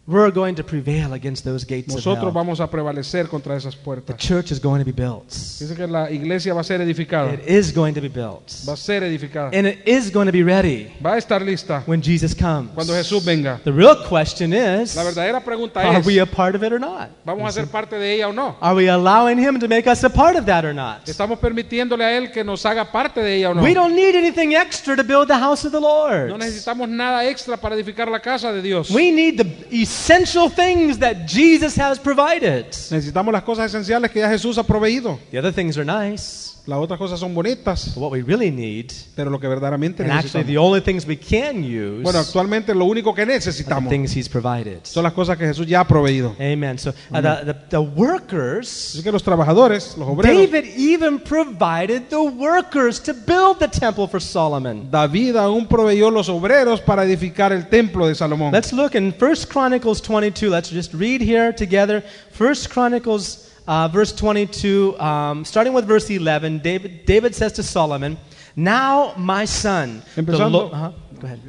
Speaker 1: we're going to prevail against those gates of
Speaker 2: Nosotros
Speaker 1: hell.
Speaker 2: vamos a prevalecer contra esas
Speaker 1: The
Speaker 2: puertas.
Speaker 1: church is going to be built.
Speaker 2: Dice que la iglesia va a ser edificada.
Speaker 1: It is going to be built.
Speaker 2: Va a ser edificada.
Speaker 1: And it is going to be ready
Speaker 2: Va a estar lista
Speaker 1: when Jesus comes.
Speaker 2: cuando Jesús venga.
Speaker 1: The real question is,
Speaker 2: La verdadera pregunta
Speaker 1: are Ah, we
Speaker 2: es,
Speaker 1: a part of it or not?
Speaker 2: ¿vamos a ser parte de ella o no?
Speaker 1: Are we allowing him to make us a part of that or not?
Speaker 2: ¿Estamos permitiéndole a Él que nos haga parte de ella o no?
Speaker 1: We don't need anything extra to build the house of the Lord.
Speaker 2: No necesitamos nada extra para edificar la casa de Dios.
Speaker 1: We need the essential things that Jesus has provided.
Speaker 2: Necesitamos las cosas esenciales que ya Jesús ha proveído.
Speaker 1: The other things are nice,
Speaker 2: Las otras cosas son bonitas,
Speaker 1: but what we really need,
Speaker 2: pero lo que verdaderamente
Speaker 1: and actually
Speaker 2: necesitamos.
Speaker 1: the only things we can use,
Speaker 2: Bueno, actualmente lo único que
Speaker 1: are the
Speaker 2: necesitamos
Speaker 1: things He's provided.
Speaker 2: son las cosas que Jesús ya ha proveído.
Speaker 1: Amen. So uh, the, the, the workers,
Speaker 2: Así que los trabajadores, los obreros,
Speaker 1: David even provided the workers to build the temple for Solomon.
Speaker 2: David aún proveyó los obreros para edificar el templo de Salomón.
Speaker 1: Let's look in 1 Chronicles 22. Let's just read here together. 1 Chronicles uh, verse 22, um, starting with verse 11. David, David says to Solomon, Now, my son, the
Speaker 2: Empezando-
Speaker 1: Lo- uh-huh, go ahead.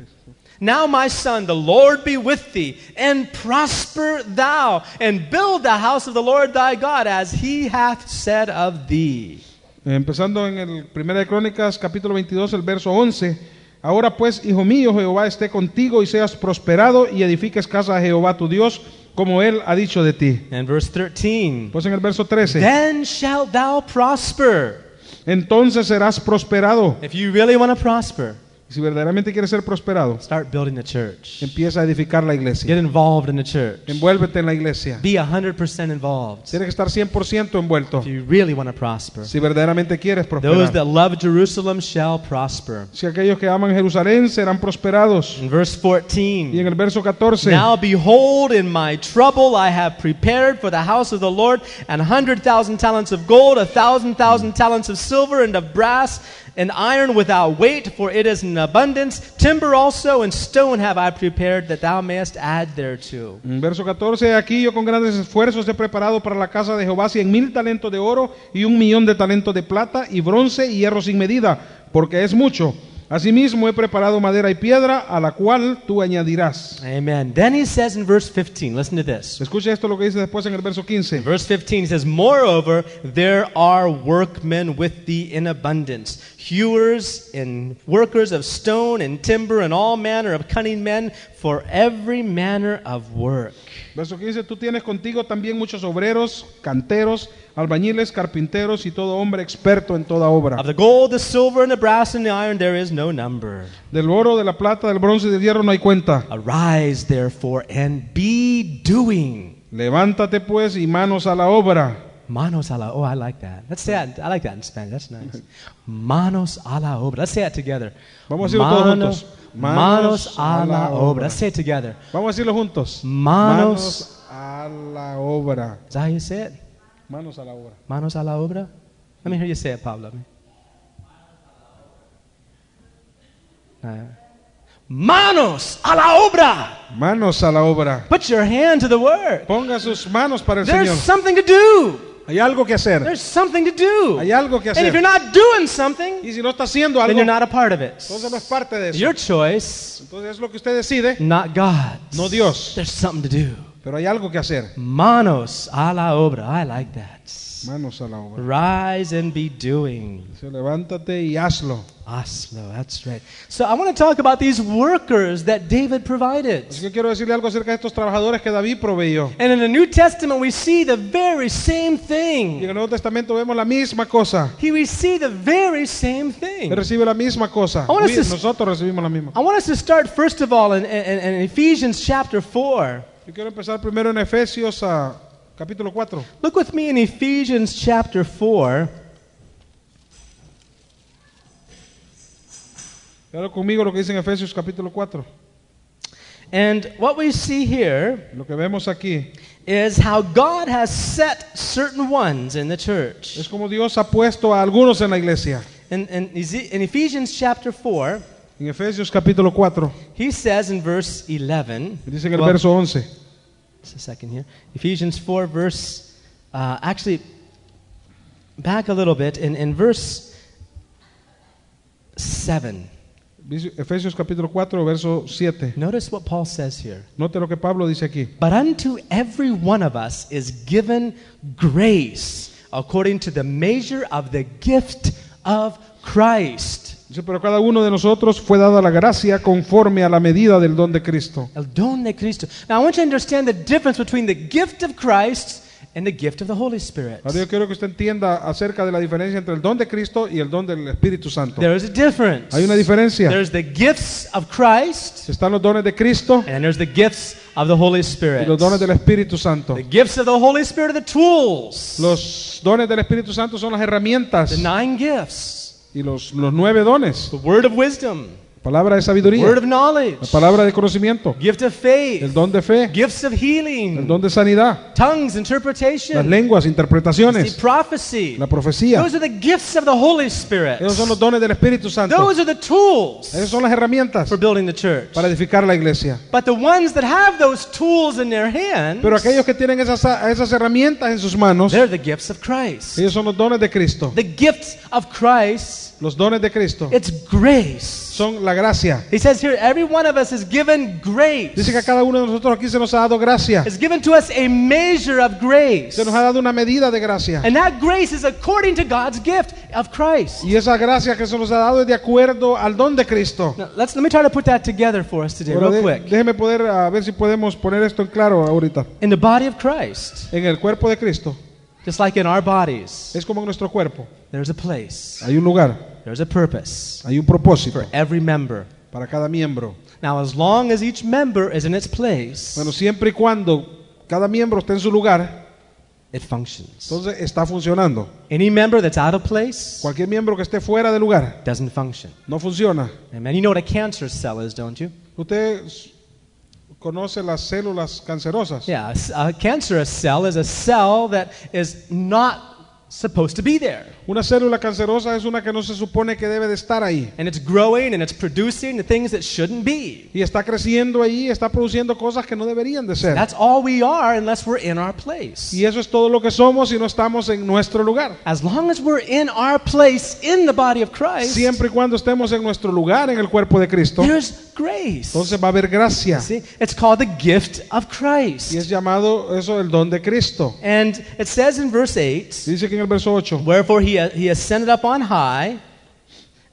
Speaker 1: Now, my son, the Lord be with thee, and prosper thou, and build the house of the Lord thy God, as he hath said of thee.
Speaker 2: Eh, Empezando en el Primera de Crónicas, capítulo 22, el verso 11. Ahora pues, hijo mío, Jehová esté contigo y seas prosperado y edifiques casa a Jehová tu Dios, como él ha dicho de ti.
Speaker 1: And verse 13,
Speaker 2: Pues en el verso 13,
Speaker 1: Then shalt thou prosper.
Speaker 2: entonces serás prosperado.
Speaker 1: If you really want to prosper,
Speaker 2: Si verdaderamente quieres ser prosperado,
Speaker 1: start building the church.
Speaker 2: empieza a edificar la iglesia.
Speaker 1: Get involved in the church.
Speaker 2: Envuélvete en la iglesia.
Speaker 1: Be 100% involved
Speaker 2: Tienes que estar 100% envuelto.
Speaker 1: if you really want to prosper.
Speaker 2: Si verdaderamente quieres
Speaker 1: Those
Speaker 2: prosperar.
Speaker 1: that love Jerusalem shall prosper.
Speaker 2: Si aquellos que aman Jerusalén serán prosperados.
Speaker 1: In verse
Speaker 2: Y en
Speaker 1: 14,
Speaker 2: el verso 14,
Speaker 1: now behold, in my trouble I have prepared for the house of the Lord an hundred thousand talents of gold, a thousand thousand talents of silver and of brass, and iron without weight, for it is in abundance. Timber also and stone have I prepared, that thou mayest add thereto.
Speaker 2: En Mm, Verso 14, aquí yo con grandes esfuerzos he preparado para la casa de Jehová cien mil talentos de oro y un millón de talentos de plata y bronce y hierro sin medida, porque es mucho. Asimismo he preparado madera y piedra, a la cual tú añadirás.
Speaker 1: Amen. Then he says in verse 15, listen to this.
Speaker 2: Escucha esto lo que dice después en el verso 15.
Speaker 1: Verse 15 he says, Moreover, there are workmen with thee in abundance, hewers and workers of stone and timber and all manner of cunning men for every manner of work.
Speaker 2: Verso 15, tú tienes contigo también muchos obreros, canteros, albañiles, carpinteros y todo hombre experto en toda obra.
Speaker 1: Of the gold, the silver, and the brass, and the iron, there is no number.
Speaker 2: Del oro, de la plata, del bronce y del hierro no hay cuenta.
Speaker 1: Arise, therefore, and be doing.
Speaker 2: Levántate pues y manos a la obra.
Speaker 1: Manos a la Oh, I like that. Let's say that. I like that in Spanish. That's
Speaker 2: <laughs>
Speaker 1: nice. Manos a la obra. Let's say that together.
Speaker 2: Vamos a decirlo todos juntos.
Speaker 1: manos a la obra. Let's say it together.
Speaker 2: Vamos a decirlo juntos.
Speaker 1: Manos-
Speaker 2: Manos a la obra.
Speaker 1: Is that how you say it?
Speaker 2: Manos a la obra.
Speaker 1: Manos a la obra? Let me hear you say it, Pablo. Uh, manos a la obra!
Speaker 2: Manos a la obra.
Speaker 1: Put your hand to the work.
Speaker 2: Ponga sus manos para el
Speaker 1: There's
Speaker 2: Señor.
Speaker 1: something to do.
Speaker 2: Hay algo que hacer.
Speaker 1: There's something to do.
Speaker 2: Hay algo que
Speaker 1: And if you're
Speaker 2: hacer.
Speaker 1: not doing something,
Speaker 2: Y si no está haciendo
Speaker 1: then
Speaker 2: algo,
Speaker 1: you're not a part of it.
Speaker 2: entonces no es parte de eso.
Speaker 1: Your choice,
Speaker 2: Entonces es lo que usted decide,
Speaker 1: not God.
Speaker 2: No Dios.
Speaker 1: There's something to do.
Speaker 2: pero hay algo que hacer.
Speaker 1: Manos a la obra. I like that.
Speaker 2: Manos a la obra.
Speaker 1: Rise and be doing.
Speaker 2: Dice, Levántate y hazlo.
Speaker 1: Oslo, that's right. So I want to talk about these workers that David provided.
Speaker 2: Así que quiero decirle algo acerca de estos trabajadores que David proveyó.
Speaker 1: And in the New Testament, we see the very same
Speaker 2: Y en
Speaker 1: thing.
Speaker 2: el Nuevo Testamento vemos la misma cosa.
Speaker 1: He, we see the very same
Speaker 2: Él
Speaker 1: thing.
Speaker 2: recibe la misma cosa.
Speaker 1: Ahora
Speaker 2: Uy,
Speaker 1: se-
Speaker 2: Nosotros recibimos la misma.
Speaker 1: I want us to start, first of all, in, in, in Ephesians chapter 4.
Speaker 2: Yo quiero empezar primero en Efesios ah, capítulo 4.
Speaker 1: Look with me in Ephesians chapter 4.
Speaker 2: Claro conmigo lo que dice en Efesios capítulo 4.
Speaker 1: And what we see here
Speaker 2: Lo que vemos aquí
Speaker 1: is how God has set certain ones in the church.
Speaker 2: es como Dios ha puesto a algunos en la iglesia.
Speaker 1: In, in, Eze- in Ephesians chapter 4,
Speaker 2: En Efesios capítulo 4,
Speaker 1: he says in verse 11.
Speaker 2: dice en el
Speaker 1: well,
Speaker 2: verso 11.
Speaker 1: Just a second here. Ephesians 4, verse. Uh, actually, back a little bit in, in verse 7.
Speaker 2: Dice Efesios capítulo 4, verso 7.
Speaker 1: Notice what Paul says here.
Speaker 2: Note lo que Pablo dice aquí.
Speaker 1: But unto every one of us is given grace according to the measure of the gift of Christ.
Speaker 2: Dice, pero cada uno de nosotros fue dada la gracia conforme a la medida del don de Cristo.
Speaker 1: El don de Cristo. Now, I want you to understand the difference between the gift of Christ and the gift of the Holy Spirit.
Speaker 2: Ahora yo quiero que usted entienda acerca de la diferencia entre el don de Cristo y el don del Espíritu Santo.
Speaker 1: There is a difference.
Speaker 2: Hay una diferencia.
Speaker 1: There's the gifts of Christ.
Speaker 2: Están los dones de Cristo
Speaker 1: And then there's the gifts of the Holy
Speaker 2: y
Speaker 1: Spirit.
Speaker 2: los dones del Espíritu Santo.
Speaker 1: The gifts of the Holy Spirit are the tools.
Speaker 2: Los dones del Espíritu Santo son las herramientas
Speaker 1: the nine gifts.
Speaker 2: y los, los nueve dones.
Speaker 1: The word of wisdom,
Speaker 2: Palabra de
Speaker 1: word
Speaker 2: sabiduría,
Speaker 1: of knowledge,
Speaker 2: la palabra de conocimiento,
Speaker 1: gift of
Speaker 2: el
Speaker 1: faith,
Speaker 2: don de fe,
Speaker 1: gifts of
Speaker 2: el
Speaker 1: healing,
Speaker 2: don de sanidad,
Speaker 1: tongues,
Speaker 2: las
Speaker 1: interpretation,
Speaker 2: lenguas,
Speaker 1: see,
Speaker 2: interpretaciones,
Speaker 1: prophecy.
Speaker 2: la profecía.
Speaker 1: Those are the gifts of the Holy Spirit.
Speaker 2: Esos son los dones del Espíritu Santo.
Speaker 1: Those are the tools
Speaker 2: Esas son las herramientas
Speaker 1: for building the church.
Speaker 2: para edificar la iglesia.
Speaker 1: But the ones that have those tools in their hands,
Speaker 2: Pero aquellos que tienen esas, esas herramientas en sus manos,
Speaker 1: they're the gifts of Christ.
Speaker 2: ellos son los dones de Cristo.
Speaker 1: The gifts of Christ,
Speaker 2: Los dones de Cristo
Speaker 1: it's grace.
Speaker 2: son la gracia.
Speaker 1: He says here, every one of us is given grace.
Speaker 2: Dice que a cada uno de nosotros aquí se nos ha dado gracia.
Speaker 1: Is given to us a measure of grace.
Speaker 2: Se nos ha dado una medida de gracia.
Speaker 1: And that grace is according to God's gift of Christ.
Speaker 2: Y esa gracia que se nos ha dado es de acuerdo al don de Cristo.
Speaker 1: Now, let's, let me try to put that together for us today,
Speaker 2: Ahora
Speaker 1: real
Speaker 2: de-
Speaker 1: quick.
Speaker 2: déjeme poder a ver si podemos poner esto en claro ahorita.
Speaker 1: In the body of Christ,
Speaker 2: En el cuerpo de Cristo
Speaker 1: just like in our bodies,
Speaker 2: es como en nuestro cuerpo.
Speaker 1: there's a place,
Speaker 2: Hay un lugar,
Speaker 1: there's a purpose
Speaker 2: hay un propósito
Speaker 1: for every member.
Speaker 2: para cada miembro.
Speaker 1: Now, as long as each member is in its place,
Speaker 2: Bueno, siempre y cuando cada miembro esté en su lugar,
Speaker 1: it functions.
Speaker 2: entonces está funcionando.
Speaker 1: Any member that's out of place
Speaker 2: Cualquier miembro que esté fuera de lugar
Speaker 1: doesn't function.
Speaker 2: no funciona.
Speaker 1: Amen. You know what a cancer cell is, don't you?
Speaker 2: Usted s- conoce las células cancerosas.
Speaker 1: Yeah, a s- a cancerous cell is a cell that is not supposed to be there.
Speaker 2: Una célula cancerosa es una que no se supone que debe de estar ahí.
Speaker 1: And it's growing and it's producing the things that shouldn't be.
Speaker 2: Y está creciendo ahí, está produciendo cosas que no deberían de ser.
Speaker 1: That's all we are unless we're in our place.
Speaker 2: Y eso es todo lo que somos y no estamos en nuestro lugar.
Speaker 1: As long as we're in our place in the body of Christ,
Speaker 2: Siempre y cuando estemos en nuestro lugar en el cuerpo de Cristo,
Speaker 1: there's grace.
Speaker 2: entonces va a haber gracia.
Speaker 1: See, it's called the gift of
Speaker 2: Y es
Speaker 1: Christ.
Speaker 2: llamado eso el don de Cristo.
Speaker 1: And it says in verse 8,
Speaker 2: Dice que en el verso 8,
Speaker 1: Wherefore he, uh, he ascended up on high,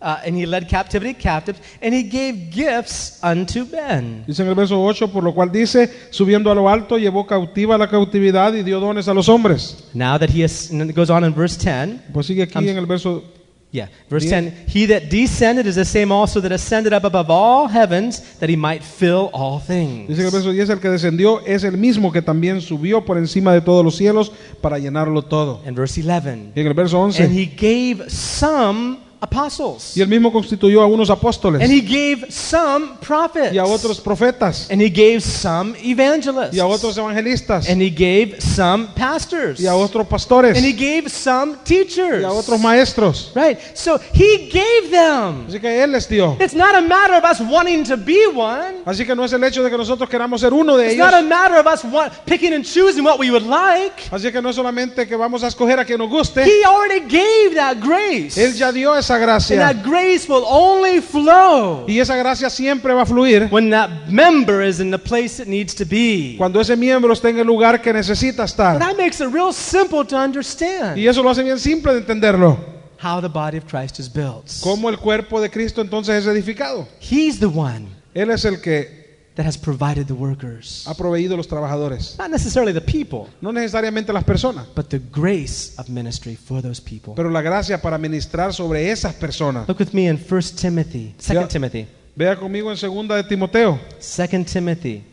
Speaker 1: uh, and he led captivity captive, and he gave gifts unto men.
Speaker 2: dice en el verso 8, por lo cual dice, subiendo a lo alto, llevó cautiva la cautividad y dio dones a los hombres.
Speaker 1: Now that he is, and it goes on in verse 10.
Speaker 2: Pues sigue aquí
Speaker 1: Am-
Speaker 2: en el verso
Speaker 1: Yeah, verse
Speaker 2: Yeah.
Speaker 1: 10 He that descended is the same also that ascended up above all heavens, that he might fill all things.
Speaker 2: Dice que el verso 10, el que descendió es el mismo que también subió por encima de todos los cielos para llenarlo todo.
Speaker 1: And verse 11
Speaker 2: Y en el verso
Speaker 1: And
Speaker 2: 11,
Speaker 1: he gave some apostles,
Speaker 2: y él mismo constituyó a unos apóstoles
Speaker 1: and he gave some prophets,
Speaker 2: y a otros profetas
Speaker 1: and he gave some evangelists,
Speaker 2: y a otros evangelistas
Speaker 1: and he gave some pastors,
Speaker 2: y a otros
Speaker 1: And he
Speaker 2: pastores
Speaker 1: gave some teachers.
Speaker 2: y a otros maestros.
Speaker 1: Right. So he gave them.
Speaker 2: Así que él les dio.
Speaker 1: It's not a matter of us wanting to be one.
Speaker 2: Así que no es el hecho de que nosotros queramos ser uno de
Speaker 1: It's
Speaker 2: ellos.
Speaker 1: not a matter of us want, picking and choosing what we would like.
Speaker 2: Así que no es solamente que vamos a escoger a quien nos guste.
Speaker 1: He already gave that grace.
Speaker 2: Él ya dio esa
Speaker 1: And
Speaker 2: gracia
Speaker 1: that grace will only flow
Speaker 2: y esa gracia siempre va a fluir
Speaker 1: when that member is in the place it needs to be.
Speaker 2: cuando ese miembro esté en el lugar que necesita
Speaker 1: And
Speaker 2: estar.
Speaker 1: that makes it real simple to understand
Speaker 2: Y eso lo hace bien simple de entenderlo.
Speaker 1: how the body of Christ is built.
Speaker 2: cómo el cuerpo de Cristo entonces es edificado.
Speaker 1: He's the one
Speaker 2: Él es el que
Speaker 1: that has provided the workers.
Speaker 2: ha proveído los trabajadores,
Speaker 1: Not necessarily the people.
Speaker 2: no necesariamente las personas,
Speaker 1: but the grace of ministry for those people.
Speaker 2: pero la gracia para ministrar sobre esas personas.
Speaker 1: Look with me in 1 Timothy, 2
Speaker 2: Yeah.
Speaker 1: Timothy,
Speaker 2: Vea conmigo en segunda de Timoteo,
Speaker 1: 2 Timothy.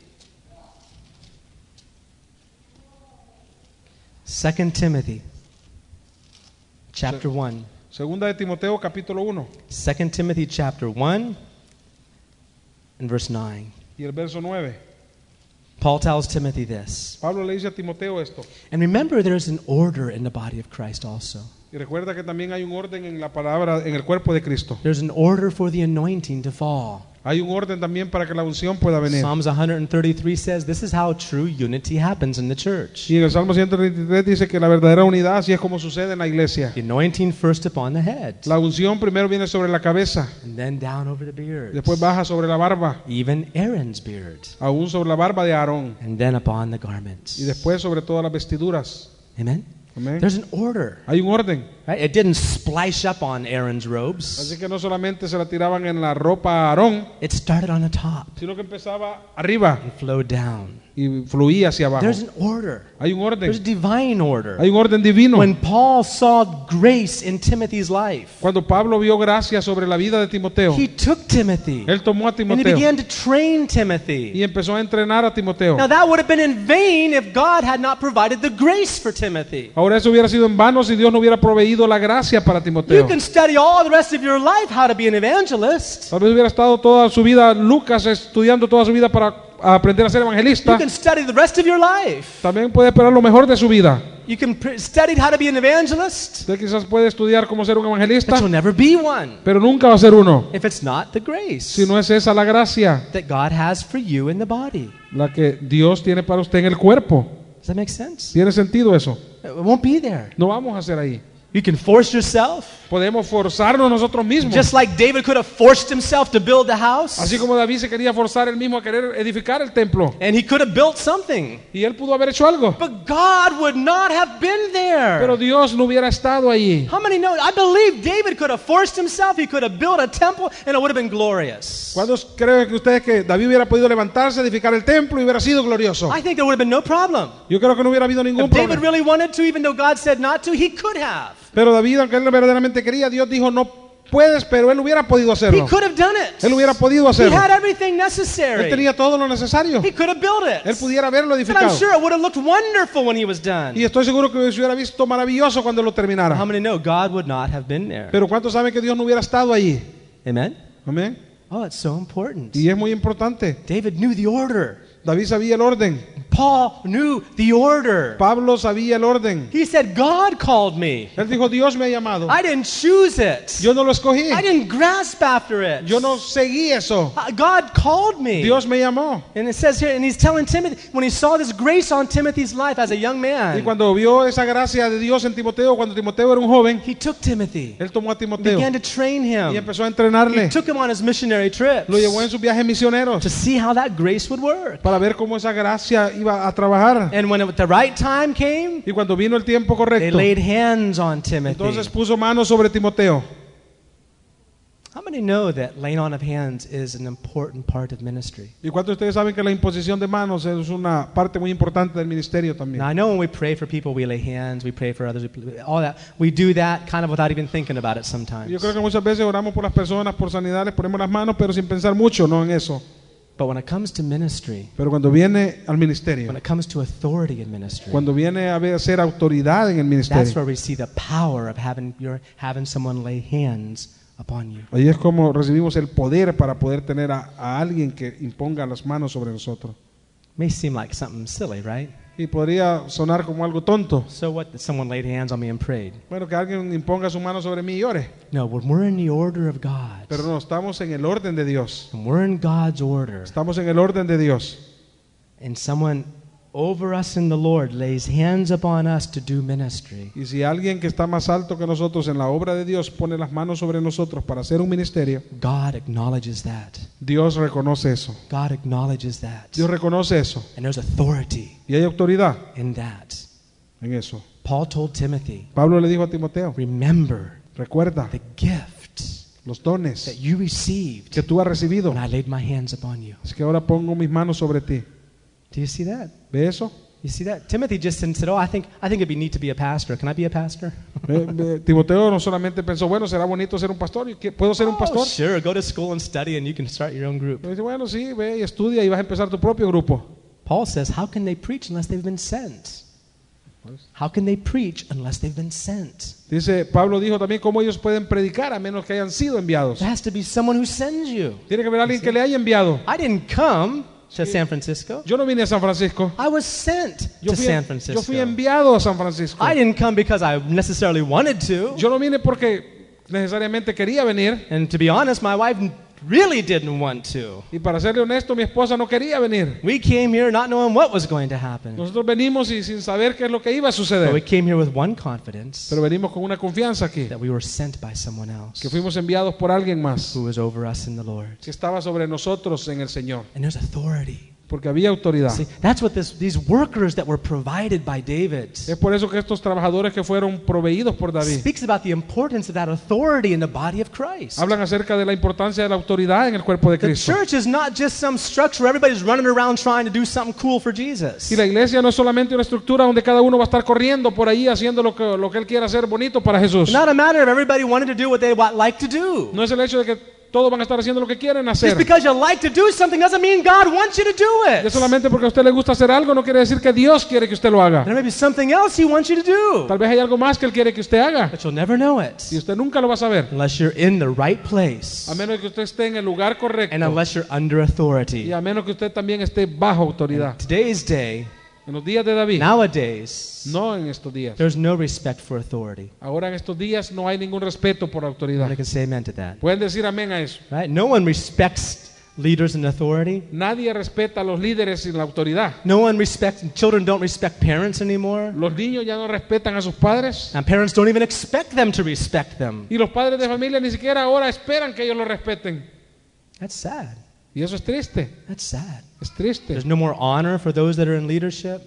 Speaker 1: 2 Timothy, chapter 1.
Speaker 2: segunda de Timoteo capítulo 1
Speaker 1: 2 Timothy, chapter 1, and verse 9.
Speaker 2: y el verso 9.
Speaker 1: Paul tells Timothy this.
Speaker 2: Pablo le dice a Timoteo esto.
Speaker 1: And remember, there's an order in the body of Christ also.
Speaker 2: Y recuerda que también hay un orden en la palabra, en el cuerpo de Cristo.
Speaker 1: There's an order for the anointing to fall.
Speaker 2: Hay un orden también para que la unción pueda venir.
Speaker 1: Psalms 133 says this is how true unity happens in the church.
Speaker 2: Y en el Salmo 133 dice que la verdadera unidad así es como sucede en la iglesia.
Speaker 1: The anointing first upon the head,
Speaker 2: La unción primero viene sobre la cabeza,
Speaker 1: and then down over the beard,
Speaker 2: después baja sobre la barba,
Speaker 1: even Aaron's beard,
Speaker 2: aún sobre la barba de Aarón
Speaker 1: and then upon the
Speaker 2: y
Speaker 1: garments.
Speaker 2: después sobre todas las vestiduras.
Speaker 1: Amen?
Speaker 2: Amén.
Speaker 1: There's an order.
Speaker 2: Hay un orden.
Speaker 1: Right? It didn't splash up on Aaron's robes.
Speaker 2: Así que no solamente se la tiraban en la ropa a Aarón,
Speaker 1: It started on the top
Speaker 2: sino que empezaba arriba
Speaker 1: and flowed down.
Speaker 2: y fluía hacia abajo.
Speaker 1: There's an order.
Speaker 2: Hay un
Speaker 1: There's a
Speaker 2: orden.
Speaker 1: divine order.
Speaker 2: Hay un orden divino.
Speaker 1: When Paul saw grace in Timothy's life,
Speaker 2: Cuando Pablo vio gracia sobre la vida de Timoteo,
Speaker 1: he took Timothy
Speaker 2: él tomó a
Speaker 1: and he
Speaker 2: Timoteo
Speaker 1: began to train Timothy.
Speaker 2: y empezó a entrenar a Timoteo.
Speaker 1: Now, that would have been in vain if God had not provided the grace for Timothy.
Speaker 2: Ahora eso hubiera sido en vano si Dios no hubiera proveído la gracia para
Speaker 1: You
Speaker 2: Timoteo.
Speaker 1: can study all the rest of your life how to be an evangelist.
Speaker 2: Tal vez hubiera estado toda su vida Lucas estudiando toda su vida para aprender a ser evangelista.
Speaker 1: You can study the rest of your life.
Speaker 2: También puede esperar lo mejor de su vida.
Speaker 1: You can pre- study how to be an evangelist,
Speaker 2: Usted quizás puede estudiar cómo ser un evangelista,
Speaker 1: but you'll never be one
Speaker 2: pero nunca va a ser uno.
Speaker 1: if it's not the grace
Speaker 2: Si no es esa la gracia,
Speaker 1: that God has for you in the body.
Speaker 2: la que Dios tiene para usted en el cuerpo.
Speaker 1: Does that make sense?
Speaker 2: ¿Tiene sentido eso?
Speaker 1: It won't be there.
Speaker 2: No vamos a hacer ahí.
Speaker 1: You can force yourself,
Speaker 2: Podemos forzarnos nosotros mismos.
Speaker 1: just like David could have forced himself to build a house,
Speaker 2: Así como David se quería forzar él mismo a querer edificar el templo.
Speaker 1: and he could have built something,
Speaker 2: Y él pudo haber hecho algo.
Speaker 1: but God would not have been
Speaker 2: Pero
Speaker 1: there.
Speaker 2: Dios no hubiera estado allí.
Speaker 1: How many know? I believe David could have forced himself, he could have built a temple, and it would have been glorious.
Speaker 2: ¿Cuántos creen que ustedes que David hubiera podido levantarse, edificar el templo y hubiera sido glorioso?
Speaker 1: I think there would have been no problem.
Speaker 2: Yo creo que no hubiera habido ningún
Speaker 1: If David
Speaker 2: problema.
Speaker 1: really wanted to, even though God said not to, he could have.
Speaker 2: Pero David, aunque él verdaderamente quería, Dios dijo, no puedes, pero él hubiera podido
Speaker 1: He
Speaker 2: hacerlo.
Speaker 1: could have done it.
Speaker 2: Él hubiera podido
Speaker 1: He
Speaker 2: hacerlo.
Speaker 1: had everything
Speaker 2: Él
Speaker 1: necessary.
Speaker 2: tenía todo lo necesario.
Speaker 1: He could have built
Speaker 2: Él
Speaker 1: it.
Speaker 2: pudiera haberlo
Speaker 1: And I'm
Speaker 2: edificado.
Speaker 1: sure it would have looked wonderful when he was
Speaker 2: Y
Speaker 1: done.
Speaker 2: estoy seguro que se hubiera visto maravilloso cuando lo
Speaker 1: How
Speaker 2: terminara.
Speaker 1: many know God would not have been there?
Speaker 2: Pero ¿cuántos saben que Dios no hubiera estado allí?
Speaker 1: Amen?
Speaker 2: Amén.
Speaker 1: Oh, it's so important.
Speaker 2: Y es muy importante.
Speaker 1: David knew the order.
Speaker 2: David sabía el orden. orden.
Speaker 1: Paul knew the order.
Speaker 2: Pablo sabía el orden.
Speaker 1: He said, God called me.
Speaker 2: Él dijo, Dios me ha llamado.
Speaker 1: I didn't choose it.
Speaker 2: Yo no lo escogí.
Speaker 1: I didn't grasp after it.
Speaker 2: Yo no seguí eso.
Speaker 1: Uh, God called me.
Speaker 2: Dios me llamó.
Speaker 1: And it says here, and he's telling Timothy, when he saw this grace on Timothy's life as a young
Speaker 2: Y
Speaker 1: man,
Speaker 2: cuando vio esa gracia de Dios en Timoteo, cuando Timoteo era un joven,
Speaker 1: he took Timothy,
Speaker 2: él tomó a Timoteo
Speaker 1: began to train
Speaker 2: y
Speaker 1: him,
Speaker 2: empezó a entrenarle.
Speaker 1: he took him on his missionary trips
Speaker 2: Lo llevó en sus viajes misioneros
Speaker 1: to see how that grace would work.
Speaker 2: para ver cómo esa gracia iba a trabajar.
Speaker 1: And when it- the right time came,
Speaker 2: Y cuando vino el tiempo
Speaker 1: they
Speaker 2: correcto,
Speaker 1: laid hands on
Speaker 2: entonces
Speaker 1: Timothy.
Speaker 2: puso manos sobre Timoteo.
Speaker 1: How many know that laying on of hands is an important part of ministry?
Speaker 2: ¿Y cuántos de ustedes saben que la imposición de manos es una parte muy importante del ministerio también?
Speaker 1: Now, I know when we pray for people, we lay hands, we pray for others, we pl- all that. We do that kind of without even thinking about it sometimes.
Speaker 2: Yo creo que muchas veces oramos por las personas, por sanidad, les ponemos las manos, pero sin pensar mucho, no en eso.
Speaker 1: But when it comes to ministry,
Speaker 2: Pero cuando viene al
Speaker 1: when
Speaker 2: ministerio,
Speaker 1: it comes to authority in ministry,
Speaker 2: cuando viene a ver- a ser autoridad en el
Speaker 1: that's
Speaker 2: ministerio,
Speaker 1: where we see the power of having, your, having someone lay hands upon you.
Speaker 2: ahí es como recibimos el poder para poder tener a, a alguien que imponga las manos sobre nosotros.
Speaker 1: may seem like something silly, right?
Speaker 2: Y podría sonar como algo tonto.
Speaker 1: So what that someone laid hands on me and prayed?
Speaker 2: Bueno, que alguien imponga su mano sobre mí y ore.
Speaker 1: No, when we're in the order of God,
Speaker 2: Pero no, estamos en el orden de Dios.
Speaker 1: when we're in God's order,
Speaker 2: Estamos en el orden de Dios.
Speaker 1: and someone over us in the Lord lays hands upon us to do ministry,
Speaker 2: Y si alguien que está más alto que nosotros en la obra de Dios pone las manos sobre nosotros para hacer un ministerio,
Speaker 1: God acknowledges that.
Speaker 2: Dios reconoce eso.
Speaker 1: God acknowledges that.
Speaker 2: Dios reconoce eso.
Speaker 1: And there's authority
Speaker 2: Y hay autoridad
Speaker 1: in that.
Speaker 2: en eso.
Speaker 1: Paul told Timothy,
Speaker 2: Pablo le dijo a Timoteo,
Speaker 1: remember
Speaker 2: recuerda
Speaker 1: the gift
Speaker 2: los
Speaker 1: that
Speaker 2: dones
Speaker 1: you
Speaker 2: que
Speaker 1: received
Speaker 2: tú has recibido.
Speaker 1: when I laid my hands upon you.
Speaker 2: Así que ahora pongo mis manos sobre ti.
Speaker 1: Do you see that?
Speaker 2: ¿Ve eso?
Speaker 1: You see that? Timothy just didn't said, "Oh, I think I think it'd be neat to be a pastor. Can I be a pastor?"
Speaker 2: Ve- ve, Timoteo no solamente pensó, bueno, será bonito ser un pastor. ¿Y qué? ¿Puedo <laughs> ser un
Speaker 1: Oh,
Speaker 2: pastor?
Speaker 1: sure, go to school and study, and you can start your own group.
Speaker 2: Pero dice, bueno, sí, ve y estudia y vas a empezar tu propio grupo.
Speaker 1: Paul says, "How can they preach unless they've been sent? How can they preach unless they've been sent?
Speaker 2: Dice, Pablo dijo también cómo ellos pueden predicar a menos que hayan sido enviados.
Speaker 1: There has to be someone who sends you.
Speaker 2: Tiene que haber alguien que le haya enviado.
Speaker 1: I didn't come to San Francisco.
Speaker 2: Yo no vine a San Francisco.
Speaker 1: I was sent
Speaker 2: Yo
Speaker 1: to
Speaker 2: fui,
Speaker 1: San
Speaker 2: yo fui
Speaker 1: Francisco.
Speaker 2: enviado a San Francisco.
Speaker 1: I didn't come because I necessarily wanted to.
Speaker 2: Yo no vine porque necesariamente quería venir.
Speaker 1: And to be honest, my wife really didn't want to.
Speaker 2: Y para serle honesto, mi esposa no quería venir.
Speaker 1: We came here not knowing what was going to happen.
Speaker 2: Nosotros venimos y sin saber qué es lo que iba a
Speaker 1: But we
Speaker 2: suceder.
Speaker 1: came here with one confidence
Speaker 2: Pero venimos con una confianza aquí,
Speaker 1: that we were sent by someone else
Speaker 2: que fuimos enviados por alguien más,
Speaker 1: who was over us in the Lord.
Speaker 2: que estaba sobre nosotros en el Señor,
Speaker 1: And there's authority.
Speaker 2: porque había autoridad.
Speaker 1: See, that's what this, these workers that were provided by David
Speaker 2: Es por eso que estos trabajadores que fueron proveídos por David
Speaker 1: speaks about the importance of that authority in the body of Christ.
Speaker 2: hablan acerca de la importancia de la autoridad en el cuerpo de
Speaker 1: The
Speaker 2: Cristo.
Speaker 1: church is not just some structure where everybody's running around trying to do something cool for Jesus.
Speaker 2: Y la iglesia no es solamente una estructura donde cada uno va a estar corriendo por ahí haciendo lo que, lo que él quiera hacer bonito para Jesús.
Speaker 1: It's not a matter of everybody wanting to do what they wa- like to do.
Speaker 2: No es el hecho de que todos van a estar haciendo lo que quieren hacer.
Speaker 1: Just because you like to do something doesn't mean God wants you to do
Speaker 2: Es
Speaker 1: it.
Speaker 2: solamente porque a usted le gusta hacer algo, no quiere decir que Dios quiere que usted lo haga.
Speaker 1: There may be something else He wants you to do,
Speaker 2: Tal vez hay algo más que él quiere que usted haga.
Speaker 1: but you'll never know
Speaker 2: Y
Speaker 1: it
Speaker 2: usted nunca lo va a saber.
Speaker 1: unless you're in the right
Speaker 2: A
Speaker 1: place
Speaker 2: menos que usted esté en el lugar
Speaker 1: and
Speaker 2: correcto.
Speaker 1: unless you're under
Speaker 2: Y
Speaker 1: authority.
Speaker 2: a menos que usted también esté bajo autoridad.
Speaker 1: Today's day,
Speaker 2: En los días de David.
Speaker 1: nowadays,
Speaker 2: No en estos días.
Speaker 1: there's no respect for authority.
Speaker 2: Ahora en estos días no hay ningún respeto por
Speaker 1: I
Speaker 2: autoridad.
Speaker 1: can say amen to that.
Speaker 2: Pueden decir amén a eso.
Speaker 1: Right? No one respects leaders and authority.
Speaker 2: Nadie respeta a los líderes sin la autoridad.
Speaker 1: No one respects, children don't respect parents anymore.
Speaker 2: Los niños ya no respetan a sus padres.
Speaker 1: And parents don't even expect them to respect them.
Speaker 2: Y los padres de familia ni siquiera ahora esperan que ellos lo respeten.
Speaker 1: That's sad.
Speaker 2: Y eso es triste.
Speaker 1: That's sad.
Speaker 2: Es triste.
Speaker 1: There's no more honor for those that are in leadership.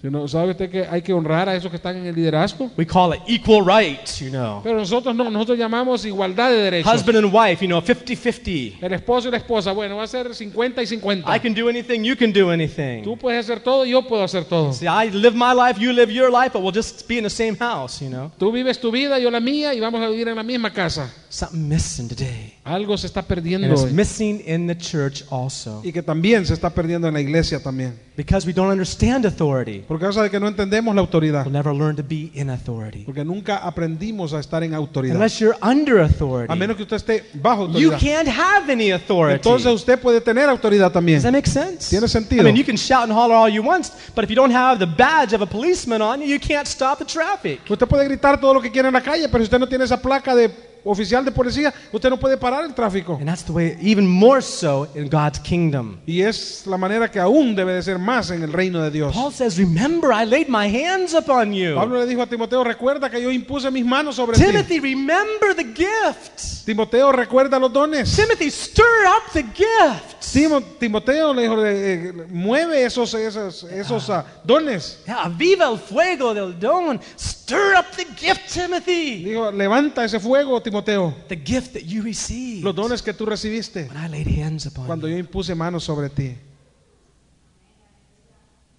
Speaker 2: Si no, ¿Sabe usted que hay que honrar a esos que están en el liderazgo?
Speaker 1: We call it equal rights, you know.
Speaker 2: Pero nosotros no, nosotros llamamos igualdad de derechos.
Speaker 1: Husband and wife, you know, 50 50.
Speaker 2: El esposo y la esposa, bueno, va a ser 50 y
Speaker 1: I
Speaker 2: 50.
Speaker 1: can do anything, you can do
Speaker 2: Tú
Speaker 1: anything.
Speaker 2: puedes hacer todo, yo puedo hacer todo.
Speaker 1: See, I live my life, you live your life, but we'll just be in the same house, you know.
Speaker 2: Tú vives tu vida, yo la mía y vamos a vivir en la misma casa.
Speaker 1: Something missing today.
Speaker 2: Algo se está
Speaker 1: And
Speaker 2: perdiendo
Speaker 1: it's
Speaker 2: hoy.
Speaker 1: missing in the church also.
Speaker 2: Y que también se está perdiendo en la iglesia también.
Speaker 1: Because we don't understand authority.
Speaker 2: Por causa de que no entendemos la autoridad.
Speaker 1: We'll never learn to be in authority.
Speaker 2: Porque nunca aprendimos a estar en autoridad.
Speaker 1: Unless you're under
Speaker 2: A
Speaker 1: authority,
Speaker 2: menos que usted esté bajo
Speaker 1: you
Speaker 2: autoridad.
Speaker 1: can't have any authority.
Speaker 2: Entonces
Speaker 1: Does
Speaker 2: usted puede tener autoridad también.
Speaker 1: that make sense?
Speaker 2: Tiene sentido.
Speaker 1: I mean, you can shout and holler all you want, but if you don't have the badge of a policeman on you, you can't stop the traffic.
Speaker 2: Usted puede gritar todo lo que quiera en la calle, pero si usted no tiene esa placa de oficial de policía, usted no puede parar el tráfico.
Speaker 1: And that's the way, even more so, in God's kingdom.
Speaker 2: Y es la manera que aún debe de ser más en el reino de Dios.
Speaker 1: Paul says, Remember, I laid my hands upon you.
Speaker 2: Pablo le dijo a Timoteo, recuerda que yo impuse mis manos sobre ti.
Speaker 1: Timothy, remember the gift.
Speaker 2: Timoteo, recuerda los dones.
Speaker 1: Timothy, stir up the gift.
Speaker 2: Timo- Timoteo le dijo, eh, eh, mueve esos, esos, esos ah, dones.
Speaker 1: Yeah, viva el fuego del don. Stir up the gift, Timothy.
Speaker 2: Dijo, levanta ese fuego, Timoteo.
Speaker 1: The gift that you received
Speaker 2: Los
Speaker 1: when
Speaker 2: dones que tú recibiste
Speaker 1: I laid hands upon
Speaker 2: cuando
Speaker 1: you.
Speaker 2: yo impuse manos sobre ti.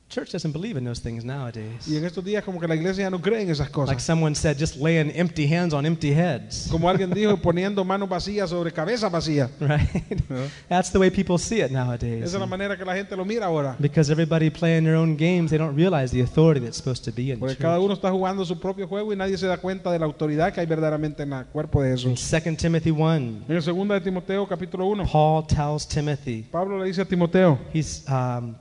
Speaker 1: Church doesn't believe in those things
Speaker 2: Y
Speaker 1: nowadays.
Speaker 2: en estos días como que la iglesia ya no cree en esas
Speaker 1: Like
Speaker 2: cosas.
Speaker 1: someone said, just laying empty hands on empty heads.
Speaker 2: Como alguien dijo, poniendo manos vacías sobre cabeza vacía.
Speaker 1: <laughs> Right?
Speaker 2: Yeah.
Speaker 1: That's the way people see it
Speaker 2: Esa es
Speaker 1: nowadays.
Speaker 2: la manera que la gente lo mira ahora.
Speaker 1: Because everybody playing their own games, they don't realize the authority that's supposed to be in
Speaker 2: Porque
Speaker 1: church.
Speaker 2: cada uno está jugando su propio juego y nadie se da cuenta de la autoridad que hay verdaderamente en el cuerpo de
Speaker 1: In
Speaker 2: Jesús.
Speaker 1: 2 Timothy 1,
Speaker 2: En el segundo de Timoteo, capítulo 1,
Speaker 1: Paul tells Timothy,
Speaker 2: Pablo le dice a Timoteo,
Speaker 1: he's, um,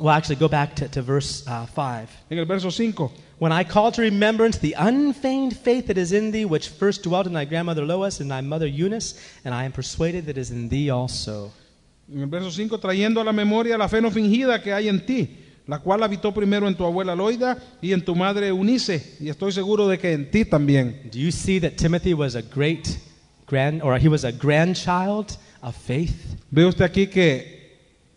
Speaker 1: well, actually, go back to, to verse uh, 5.
Speaker 2: en el verso 5,
Speaker 1: When I call to remembrance the unfeigned faith that is in thee, which first dwelt in thy grandmother Lois and thy mother Eunice, and I am persuaded that it is in thee also.
Speaker 2: en el verso 5, trayendo a la memoria la fe no fingida que hay en ti, la cual habitó primero en tu abuela Loida y en tu madre Eunice, y estoy seguro de que en ti también.
Speaker 1: Do you see that Timothy was a great grand, or he was a grandchild of faith?
Speaker 2: Ve usted aquí que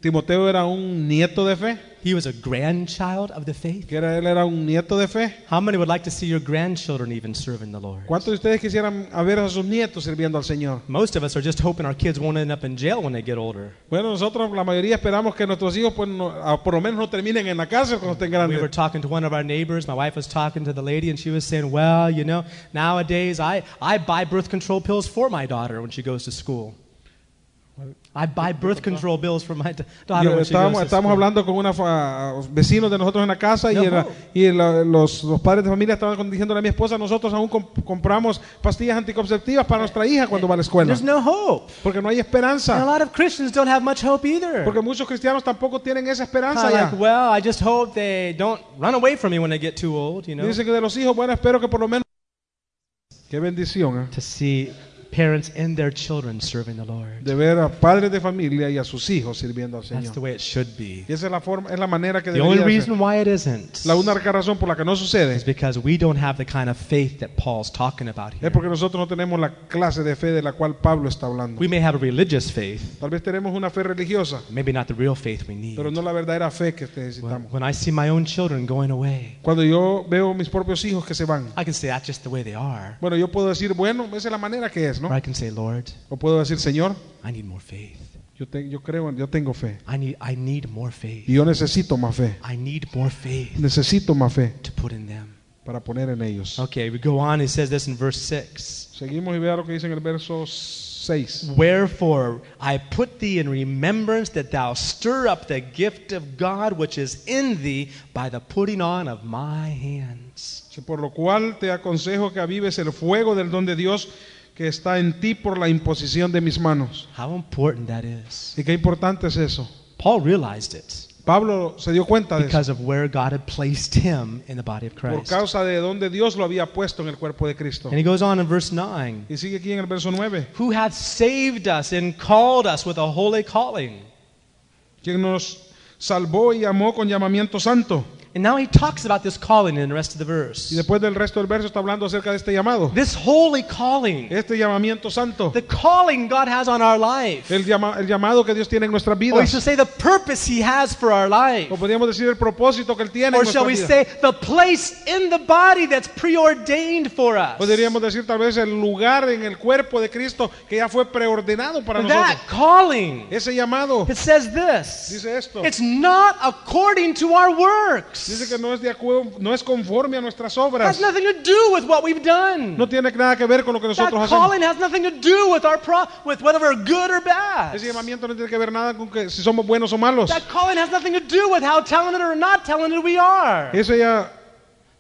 Speaker 2: Timoteo era un nieto de fe,
Speaker 1: He was a grandchild of the faith.
Speaker 2: que era, él era un nieto de fe.
Speaker 1: How many would like to see your grandchildren even serving the Lord?
Speaker 2: ¿Cuántos de ustedes quisieran a ver a sus nietos sirviendo al Señor?
Speaker 1: Most of us are just hoping our kids won't end up in jail when they get older.
Speaker 2: Bueno, nosotros la mayoría esperamos que nuestros hijos pues, no- a- por lo menos no terminen en la cárcel cuando estén
Speaker 1: We were
Speaker 2: grandes.
Speaker 1: talking to one of our neighbors. My wife was talking to the lady, and she was saying, Well, you know, nowadays I, I buy birth control pills for my daughter when she goes to school. I buy birth control pills for my da- daughter
Speaker 2: Y
Speaker 1: when she goes
Speaker 2: eh, estábamos
Speaker 1: to
Speaker 2: estábamos
Speaker 1: school.
Speaker 2: hablando con unos vecinos de nosotros en la casa y,
Speaker 1: No.
Speaker 2: era- y la- los, los padres de familia estaban con- diciéndole a mi esposa, nosotros aún comp- compramos pastillas anticonceptivas para nuestra hija cuando va a la escuela.
Speaker 1: There's no hope.
Speaker 2: Porque no hay
Speaker 1: And a
Speaker 2: esperanza.
Speaker 1: lot of Christians don't have much hope either.
Speaker 2: Porque muchos cristianos tampoco tienen esa esperanza
Speaker 1: Kinda
Speaker 2: ya.
Speaker 1: like, well, I just hope they don't run away from me when they get too old, you know.
Speaker 2: Dicen que de los hijos, bueno, espero que por lo menos... Qué bendición, ¿eh?
Speaker 1: To see parents and their children serving the Lord.
Speaker 2: De ver a padres de familia y a sus hijos sirviendo al
Speaker 1: That's
Speaker 2: Señor.
Speaker 1: the way it should be.
Speaker 2: Y esa es la forma, es la manera que
Speaker 1: The
Speaker 2: debería
Speaker 1: only
Speaker 2: de ser.
Speaker 1: reason why it isn't.
Speaker 2: La única razón por la que no sucede
Speaker 1: is because we don't have the kind of faith that Paul's talking about
Speaker 2: es
Speaker 1: here.
Speaker 2: porque nosotros no tenemos la clase de fe de la cual Pablo está hablando.
Speaker 1: We may have a religious faith,
Speaker 2: Tal vez tenemos una fe religiosa,
Speaker 1: maybe not the real faith we need.
Speaker 2: pero no la verdadera fe que
Speaker 1: When,
Speaker 2: necesitamos.
Speaker 1: when I see my own children going away,
Speaker 2: Cuando yo veo mis propios hijos que se van,
Speaker 1: I can say that's just the way they are.
Speaker 2: bueno, yo puedo decir, bueno, esa es la manera que es,
Speaker 1: Or
Speaker 2: ¿no?
Speaker 1: I can say, Lord,
Speaker 2: O puedo decir, Señor,
Speaker 1: I need more faith.
Speaker 2: yo, te- yo creo, yo tengo fe.
Speaker 1: I need, I need more faith.
Speaker 2: Y yo necesito más fe.
Speaker 1: I need more faith
Speaker 2: Necesito más fe
Speaker 1: to put in them.
Speaker 2: para poner en ellos.
Speaker 1: Okay, we go on. He says this in verse 6.
Speaker 2: Seguimos y vea lo que dice en el verso 6.
Speaker 1: Wherefore I put thee in remembrance that thou stir up the gift of God which is in thee by the putting on of my hands.
Speaker 2: Por lo cual te aconsejo que avives el fuego del don de Dios que está en ti por la imposición de mis manos.
Speaker 1: How important that is.
Speaker 2: Y qué importante es eso.
Speaker 1: Paul realized it
Speaker 2: Pablo se dio cuenta de eso
Speaker 1: because of where God had placed him in the body of
Speaker 2: por
Speaker 1: Christ.
Speaker 2: causa de donde Dios lo había puesto en el cuerpo de Cristo.
Speaker 1: And he goes on in verse 9
Speaker 2: Y sigue aquí en el verso 9,
Speaker 1: Who hath saved us and called us with a holy calling.
Speaker 2: quien nos salvó y amó con llamamiento santo.
Speaker 1: And now he talks about this calling in the rest of the
Speaker 2: Y
Speaker 1: verse.
Speaker 2: después del resto del verso está hablando acerca de este llamado,
Speaker 1: This holy calling,
Speaker 2: este llamamiento santo,
Speaker 1: the calling God has on our life.
Speaker 2: el, llama- el llamado que Dios tiene en nuestras
Speaker 1: Or we should
Speaker 2: vidas.
Speaker 1: say the purpose he has for our life.
Speaker 2: O podríamos decir el propósito que Él tiene en
Speaker 1: Or shall
Speaker 2: nuestra
Speaker 1: we
Speaker 2: vida.
Speaker 1: say the place in the body that's preordained for us?
Speaker 2: Podríamos decir tal vez el lugar en el cuerpo de Cristo que ya fue preordenado para
Speaker 1: That
Speaker 2: nosotros.
Speaker 1: calling.
Speaker 2: Ese llamado
Speaker 1: It says this
Speaker 2: dice esto.
Speaker 1: It's not according to our works.
Speaker 2: Dice
Speaker 1: works.
Speaker 2: que no es, de acuerdo, no es conforme a nuestras obras.
Speaker 1: Has nothing to do with what we've done.
Speaker 2: No tiene nada que ver con lo que
Speaker 1: That
Speaker 2: nosotros hacemos.
Speaker 1: calling has nothing to do with our pro- with whether we're good or bad.
Speaker 2: Ese llamamiento no tiene que ver nada con que si somos buenos o malos.
Speaker 1: That calling has nothing to do with how talented or not talented we are.
Speaker 2: Ese, ya,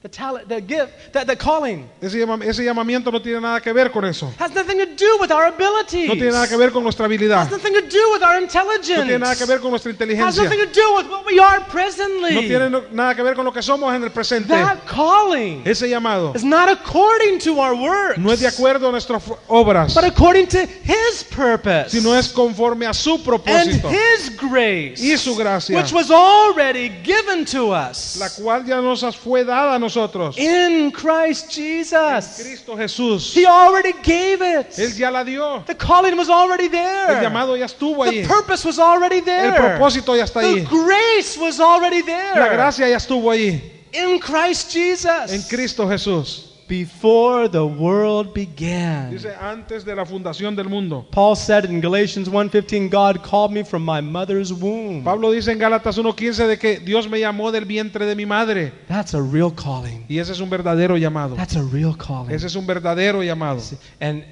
Speaker 1: The talent, the gift, that the calling
Speaker 2: ese, llama- ese llamamiento no tiene nada que ver con eso.
Speaker 1: has nothing to do with our abilities.
Speaker 2: No tiene nada que ver con nuestra habilidad.
Speaker 1: Has nothing to do with our intelligence.
Speaker 2: No tiene nada que ver con nuestra
Speaker 1: has
Speaker 2: inteligencia.
Speaker 1: nothing to do with what we are
Speaker 2: No
Speaker 1: presently.
Speaker 2: tiene no- nada que ver con lo que somos en el presente.
Speaker 1: that calling
Speaker 2: Ese llamado
Speaker 1: is not according to our works,
Speaker 2: no es de acuerdo a nuestras fu- obras,
Speaker 1: but according to His purpose
Speaker 2: sino es conforme a su
Speaker 1: and
Speaker 2: propósito,
Speaker 1: His grace,
Speaker 2: Y su gracia.
Speaker 1: which was already given to us
Speaker 2: la cual ya nos fue dada a nosotros.
Speaker 1: in Christ Jesus.
Speaker 2: Cristo Jesús,
Speaker 1: He already gave it.
Speaker 2: Él ya la dio.
Speaker 1: The calling was already there.
Speaker 2: El llamado ya estuvo
Speaker 1: the
Speaker 2: ahí.
Speaker 1: purpose was already there.
Speaker 2: El propósito ya está
Speaker 1: the
Speaker 2: ahí.
Speaker 1: grace was already there.
Speaker 2: La gracia ya estuvo ahí.
Speaker 1: in Christ Jesus.
Speaker 2: En Cristo Jesús.
Speaker 1: Before the world began.
Speaker 2: Dice antes de la fundación del mundo.
Speaker 1: Paul said in Galatians 1:15, God called me from my mother's womb.
Speaker 2: Pablo dice en Gálatas 1.15 de que Dios me llamó del vientre de mi madre.
Speaker 1: That's a real calling.
Speaker 2: Y ese es un verdadero llamado.
Speaker 1: That's a real calling.
Speaker 2: Ese es un verdadero llamado.
Speaker 1: And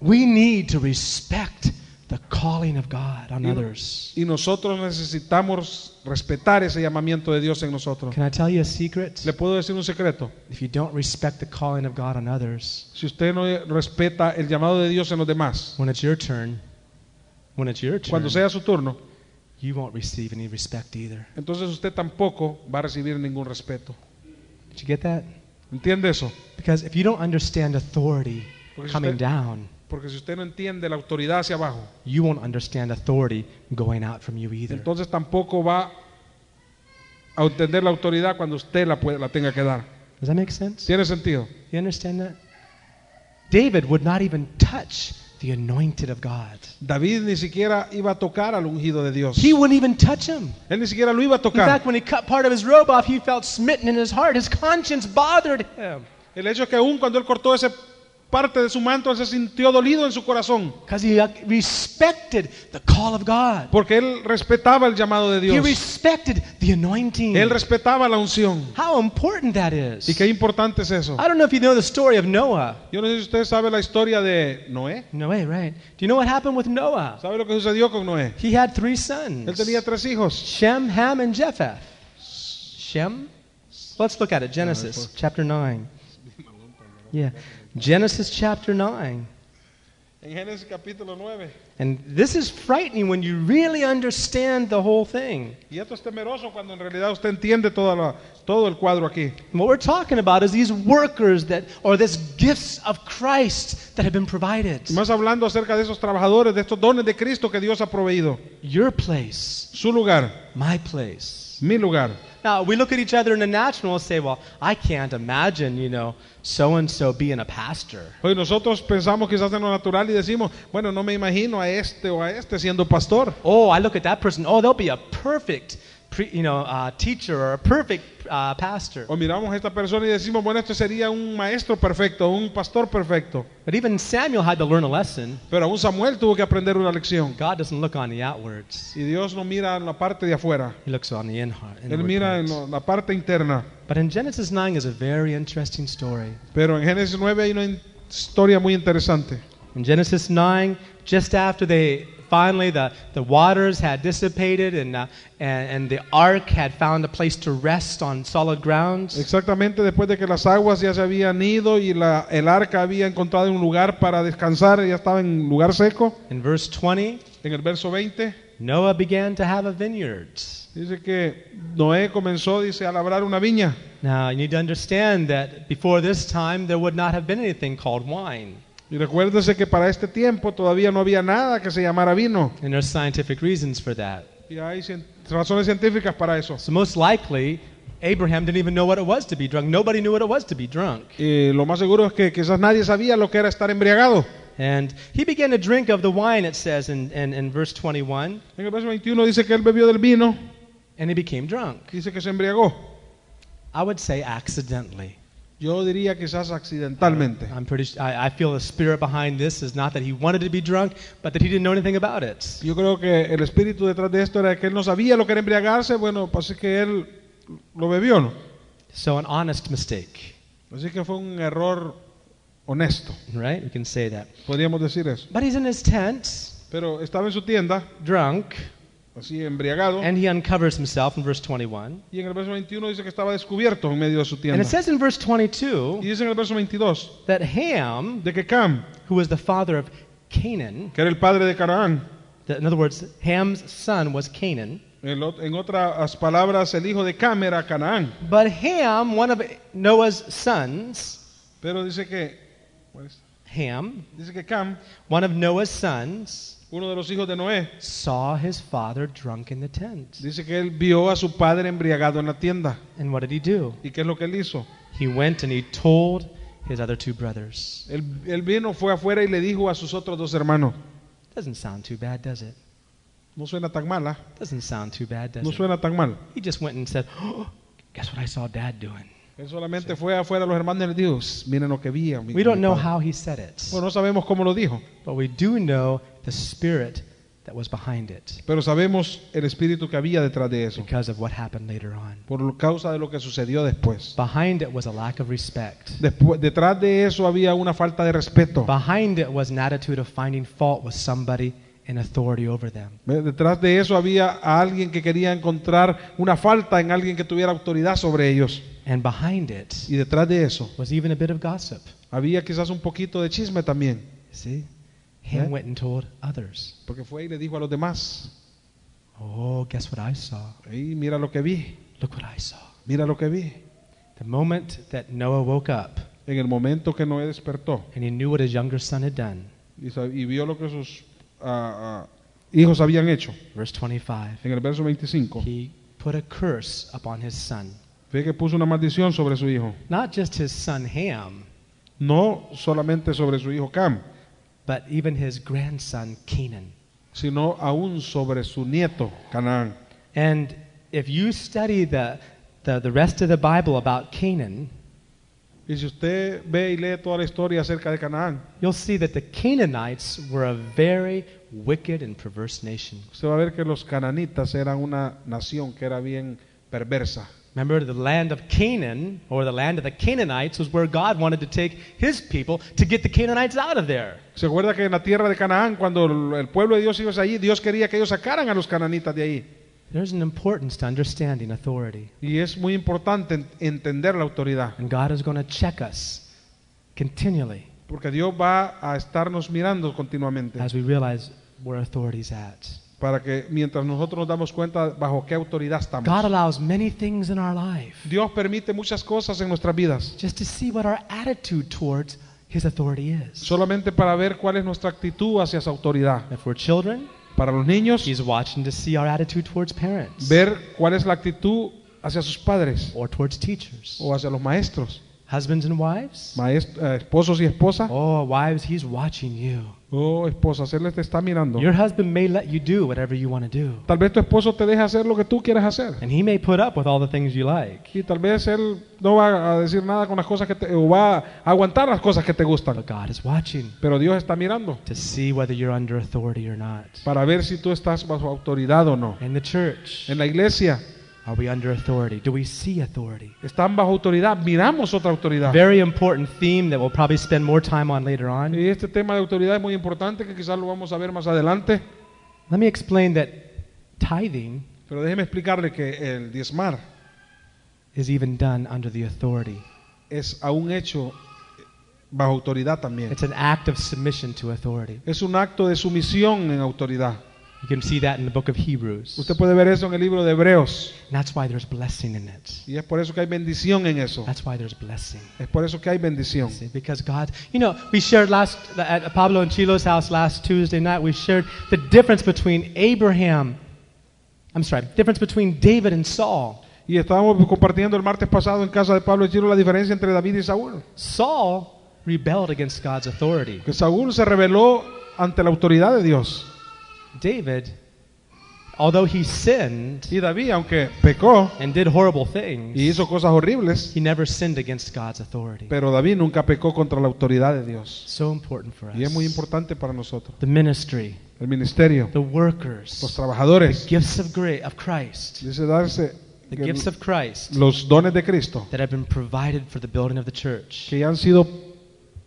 Speaker 1: we need to respect the calling of God on
Speaker 2: You know-
Speaker 1: others.
Speaker 2: Y nosotros necesitamos respetar ese llamamiento de Dios en nosotros.
Speaker 1: Can I tell you a secret?
Speaker 2: Le puedo decir un secreto.
Speaker 1: If you don't respect the calling of God on others,
Speaker 2: Si usted no respeta el llamado de Dios en los demás,
Speaker 1: when it's your turn, when it's your turn,
Speaker 2: cuando sea su turno,
Speaker 1: you won't receive any respect either.
Speaker 2: entonces usted tampoco va a recibir ningún respeto.
Speaker 1: Did you get that?
Speaker 2: ¿Entiende eso?
Speaker 1: Because if you don't understand authority
Speaker 2: Porque si
Speaker 1: coming
Speaker 2: usted-
Speaker 1: down,
Speaker 2: Porque si usted no entiende la autoridad hacia abajo,
Speaker 1: you won't understand authority going out from you either.
Speaker 2: entonces tampoco va a entender la autoridad cuando usted la, puede- la tenga que dar.
Speaker 1: Does that make sense?
Speaker 2: ¿Tiene sentido?
Speaker 1: You understand that? David would not even touch the anointed of God.
Speaker 2: David ni siquiera iba a tocar al ungido de Dios.
Speaker 1: He wouldn't even touch him.
Speaker 2: Él ni siquiera lo iba a
Speaker 1: In
Speaker 2: tocar.
Speaker 1: fact, when he cut part of his robe off, he felt smitten in his heart. His conscience bothered him
Speaker 2: El hecho es que aún cuando él cortó esa parte de su manto, él se sintió dolido en su corazón.
Speaker 1: because he uh, respected the call of God.
Speaker 2: Porque él respetaba el llamado de
Speaker 1: He
Speaker 2: Dios.
Speaker 1: respected the anointing.
Speaker 2: Él respetaba la unción.
Speaker 1: How important that is.
Speaker 2: Y qué importante es eso.
Speaker 1: I don't know if you know the story of Noah.
Speaker 2: Yo no sé si usted sabe la historia de Noé.
Speaker 1: Noah, right? Do you know what happened with Noah?
Speaker 2: ¿Sabe lo que sucedió con Noé?
Speaker 1: He had three
Speaker 2: Él
Speaker 1: sons
Speaker 2: tenía tres hijos.
Speaker 1: Shem, Ham, and Japheth. Shem? Let's look at it. Genesis chapter 9. Yeah. Genesis chapter 9.
Speaker 2: En Génesis capítulo 9.
Speaker 1: And this is frightening when you really understand the whole thing.
Speaker 2: Y esto es temeroso cuando en realidad usted entiende toda la- todo el cuadro aquí.
Speaker 1: And what we're talking about is these workers that, or this gifts of Christ that have been provided.
Speaker 2: Y más hablando acerca de esos trabajadores, de estos dones de Cristo que Dios ha proveído.
Speaker 1: Your place,
Speaker 2: Su lugar,
Speaker 1: my place.
Speaker 2: mi lugar.
Speaker 1: Now, we look at each other in the natural and say, well, I can't imagine, you know, so and so being a pastor.
Speaker 2: Hoy nosotros pensamos quizás en lo natural y decimos, bueno, no me imagino a este o a este siendo pastor.
Speaker 1: Oh, I look at that person. Oh, they'll be a perfect, pre, you know, uh, teacher or a perfect uh, pastor.
Speaker 2: O miramos a esta persona y decimos, bueno, este sería un maestro perfecto, un pastor perfecto.
Speaker 1: But even Samuel had to learn a lesson.
Speaker 2: Pero aún Samuel tuvo que aprender una lección.
Speaker 1: God doesn't look on the outwards.
Speaker 2: Y Dios no mira en la parte de afuera.
Speaker 1: He looks on the in heart.
Speaker 2: Él mira en lo- la parte interna.
Speaker 1: But in Genesis 9 is a very interesting story.
Speaker 2: Pero en Génesis 9 hay una in- historia muy interesante.
Speaker 1: In Genesis 9, just after they finally the, the waters had dissipated and, uh, and, and the ark had found a place to rest on solid grounds,
Speaker 2: Exactamente después de que las aguas ya se habían ido y la- el arca había encontrado un lugar para descansar, ya estaba en un lugar seco.
Speaker 1: in verse 20,
Speaker 2: En el verso 20
Speaker 1: Noah began to have a vineyard.
Speaker 2: dice que Noé comenzó, dice, a labrar una viña.
Speaker 1: Now, you need to understand that before this time, there would not have been anything called wine.
Speaker 2: Y recuérdese que para este tiempo todavía no había nada que se llamara vino.
Speaker 1: And there's scientific reasons for that.
Speaker 2: Y hay cien- razones científicas para eso.
Speaker 1: So, most likely, Abraham didn't even know what it was to be drunk. Nobody knew what it was to be drunk.
Speaker 2: Y lo más seguro es que quizás nadie sabía lo que era estar embriagado.
Speaker 1: And he began to drink of the wine, it says in, in, in verse 21,
Speaker 2: En el verso 21 dice que él bebió del vino,
Speaker 1: and he became drunk.
Speaker 2: dice que se embriagó.
Speaker 1: I would say accidentally.
Speaker 2: Yo diría quizás accidentalmente.
Speaker 1: I'm pretty. su- I, I feel the spirit behind this is not that he wanted to be drunk, but that he didn't know anything about it.
Speaker 2: Yo creo que el espíritu detrás de esto era que él no sabía lo que era embriagarse, bueno, pues es que él lo bebió, ¿no?
Speaker 1: So, an honest mistake,
Speaker 2: Así que fue un error honesto,
Speaker 1: right? We can say that.
Speaker 2: podríamos decir eso.
Speaker 1: But he's in his tent,
Speaker 2: Pero estaba en su tienda,
Speaker 1: drunk,
Speaker 2: así embriagado,
Speaker 1: and he uncovers himself in verse 21.
Speaker 2: y en el verso 21 dice que estaba descubierto en medio de su
Speaker 1: And
Speaker 2: tienda.
Speaker 1: it says in verse
Speaker 2: Y
Speaker 1: 22
Speaker 2: dice en el verso 22
Speaker 1: that Ham,
Speaker 2: de que Cam,
Speaker 1: who was the father of Canaan,
Speaker 2: que era el padre de Canaán,
Speaker 1: that, in other words, Ham's son was Canaan,
Speaker 2: el ot- en otras palabras, el hijo de Cam era Canaán.
Speaker 1: but Ham, one of Noah's sons,
Speaker 2: Pero dice que, pues, ¿cuál es?
Speaker 1: Ham,
Speaker 2: dice que Cam,
Speaker 1: one of Noah's sons,
Speaker 2: uno de los hijos de Noé,
Speaker 1: saw his father drunk in the tent.
Speaker 2: dice que él vio a su padre embriagado en la tienda.
Speaker 1: And what did he do?
Speaker 2: ¿Y qué es lo que él hizo?
Speaker 1: He went and he told his other two brothers.
Speaker 2: Él, él vino, fue afuera y le dijo a sus otros dos hermanos,
Speaker 1: Doesn't sound too bad, does it?
Speaker 2: no suena tan mala,
Speaker 1: Doesn't sound too bad, does
Speaker 2: no
Speaker 1: it?
Speaker 2: suena tan mal.
Speaker 1: He just went and said, <gasps> oh, guess what I saw dad doing?
Speaker 2: Él solamente fue afuera a los hermanos y les dijo, "Ss, miren lo que vi. a mi-
Speaker 1: We don't
Speaker 2: mi
Speaker 1: know
Speaker 2: padre".
Speaker 1: how he said it,
Speaker 2: Bueno, no sabemos cómo lo dijo,
Speaker 1: but we do know the spirit that was behind it
Speaker 2: pero sabemos el espíritu que había detrás de eso,
Speaker 1: because of what happened later on.
Speaker 2: por lo- causa de lo que sucedió después.
Speaker 1: Behind it was a lack of respect.
Speaker 2: Después, detrás de eso había una falta de respeto.
Speaker 1: Behind it was an attitude of finding fault with somebody in authority over them.
Speaker 2: ¿Ve? Detrás de eso había a alguien que quería encontrar una falta en alguien que tuviera autoridad sobre ellos.
Speaker 1: And behind it
Speaker 2: Y detrás de eso
Speaker 1: was even a bit of gossip.
Speaker 2: había quizás un poquito de chisme también,
Speaker 1: See? Ham
Speaker 2: Yeah.
Speaker 1: went and told others.
Speaker 2: porque fue y le dijo a los demás,
Speaker 1: Oh, guess what I saw?
Speaker 2: "Ey, mira lo que vi,
Speaker 1: Look what I saw.
Speaker 2: mira lo que vi.
Speaker 1: The moment that Noah woke up
Speaker 2: En el momento que Noé despertó
Speaker 1: and he knew what his younger son had done,
Speaker 2: y, sa- y vio lo que sus ah, ah, hijos habían hecho,
Speaker 1: verse 25,
Speaker 2: en el verso 25,
Speaker 1: he put a curse upon his son.
Speaker 2: ve que puso una maldición sobre su hijo.
Speaker 1: Not just his son Ham,
Speaker 2: No solamente sobre su hijo Cam,
Speaker 1: but even his grandson Canaan.
Speaker 2: sino aún sobre su nieto Canaán.
Speaker 1: And if you study the, the, the rest of the Bible about Canaan,
Speaker 2: Y si usted ve y lee toda la historia acerca de Canaán,
Speaker 1: you'll see that the Canaanites were a very wicked and perverse nation.
Speaker 2: usted va a ver que los cananitas eran una nación que era bien perversa.
Speaker 1: Remember, the land of Canaan, or the land of the Canaanites, was where God wanted to take his people to get the Canaanites out of there.
Speaker 2: ¿Se acuerda que en la tierra de Canaán, cuando el- el pueblo de Dios iba allí, Dios quería que ellos sacaran a los cananitas de ahí?
Speaker 1: There's an importance to understanding authority,
Speaker 2: Y es muy importante en- entender la autoridad,
Speaker 1: and God is going to check us continually
Speaker 2: porque Dios va a estarnos mirando continuamente,
Speaker 1: as we realize where authority's at.
Speaker 2: para que mientras nosotros nos damos cuenta bajo qué autoridad
Speaker 1: God
Speaker 2: estamos.
Speaker 1: allows many things in our life
Speaker 2: Dios permite muchas cosas en nuestras vidas,
Speaker 1: just to see what our attitude towards his authority is.
Speaker 2: solamente para ver cuál es nuestra actitud hacia esa autoridad.
Speaker 1: If we're children,
Speaker 2: Para los niños,
Speaker 1: he's watching to see our attitude towards parents
Speaker 2: ver cuál es la actitud hacia sus padres
Speaker 1: or towards teachers.
Speaker 2: o hacia los maestros,
Speaker 1: Husbands and wives?
Speaker 2: Maest- eh, esposos y esposas Oh,
Speaker 1: Oh, wives, he's watching you.
Speaker 2: o esposas, él te está mirando.
Speaker 1: Your husband may let you do whatever you want to do,
Speaker 2: Tal vez tu esposo te deje hacer lo que tú quieres hacer
Speaker 1: and he may put up with all the things you like.
Speaker 2: y tal vez él no va a decir nada con las cosas que te, o va a aguantar las cosas que te gustan,
Speaker 1: But God is watching
Speaker 2: pero Dios está mirando
Speaker 1: to see whether you're under authority or not.
Speaker 2: para ver si tú estás bajo autoridad o no.
Speaker 1: In the church,
Speaker 2: En la iglesia
Speaker 1: are we under authority? Do we see authority?
Speaker 2: están bajo autoridad, miramos otra autoridad.
Speaker 1: Very important theme that we'll probably spend more time on later on.
Speaker 2: Y este tema de autoridad es muy importante que quizás lo vamos a ver más adelante,
Speaker 1: Let me explain that tithing
Speaker 2: pero déjeme explicarle que el diezmar
Speaker 1: is even done under the authority.
Speaker 2: es aún hecho bajo autoridad también.
Speaker 1: It's an act of submission to authority.
Speaker 2: Es un acto de sumisión en autoridad.
Speaker 1: You can see that in the book of Hebrews.
Speaker 2: Usted puede ver eso en el libro de Hebreos
Speaker 1: And that's why there's blessing in it.
Speaker 2: y es por eso que hay bendición en eso.
Speaker 1: That's why there's blessing.
Speaker 2: Es por eso que hay bendición.
Speaker 1: See, because God, you know, we shared last at Pablo and Chilo's house last Tuesday night. We shared the difference between Abraham, I'm sorry, difference between David and Saul.
Speaker 2: Y estábamos compartiendo el martes pasado en casa de Pablo y Chiro la diferencia entre David y Saúl.
Speaker 1: Saul rebelled against God's authority.
Speaker 2: Que Saúl se rebeló ante la autoridad de Dios.
Speaker 1: David, although he sinned
Speaker 2: Y David, aunque pecó
Speaker 1: and did horrible
Speaker 2: y
Speaker 1: things,
Speaker 2: hizo cosas horribles,
Speaker 1: he never sinned against God's authority.
Speaker 2: pero David nunca pecó contra la autoridad de Dios.
Speaker 1: So important for us.
Speaker 2: Y es muy importante para nosotros.
Speaker 1: The ministry,
Speaker 2: El ministerio,
Speaker 1: the
Speaker 2: los
Speaker 1: workers,
Speaker 2: trabajadores,
Speaker 1: gifts of grace of Christ.
Speaker 2: dice darse
Speaker 1: the gifts of Christ
Speaker 2: los dones de Cristo,
Speaker 1: that have been provided for the building of the church.
Speaker 2: que ya han sido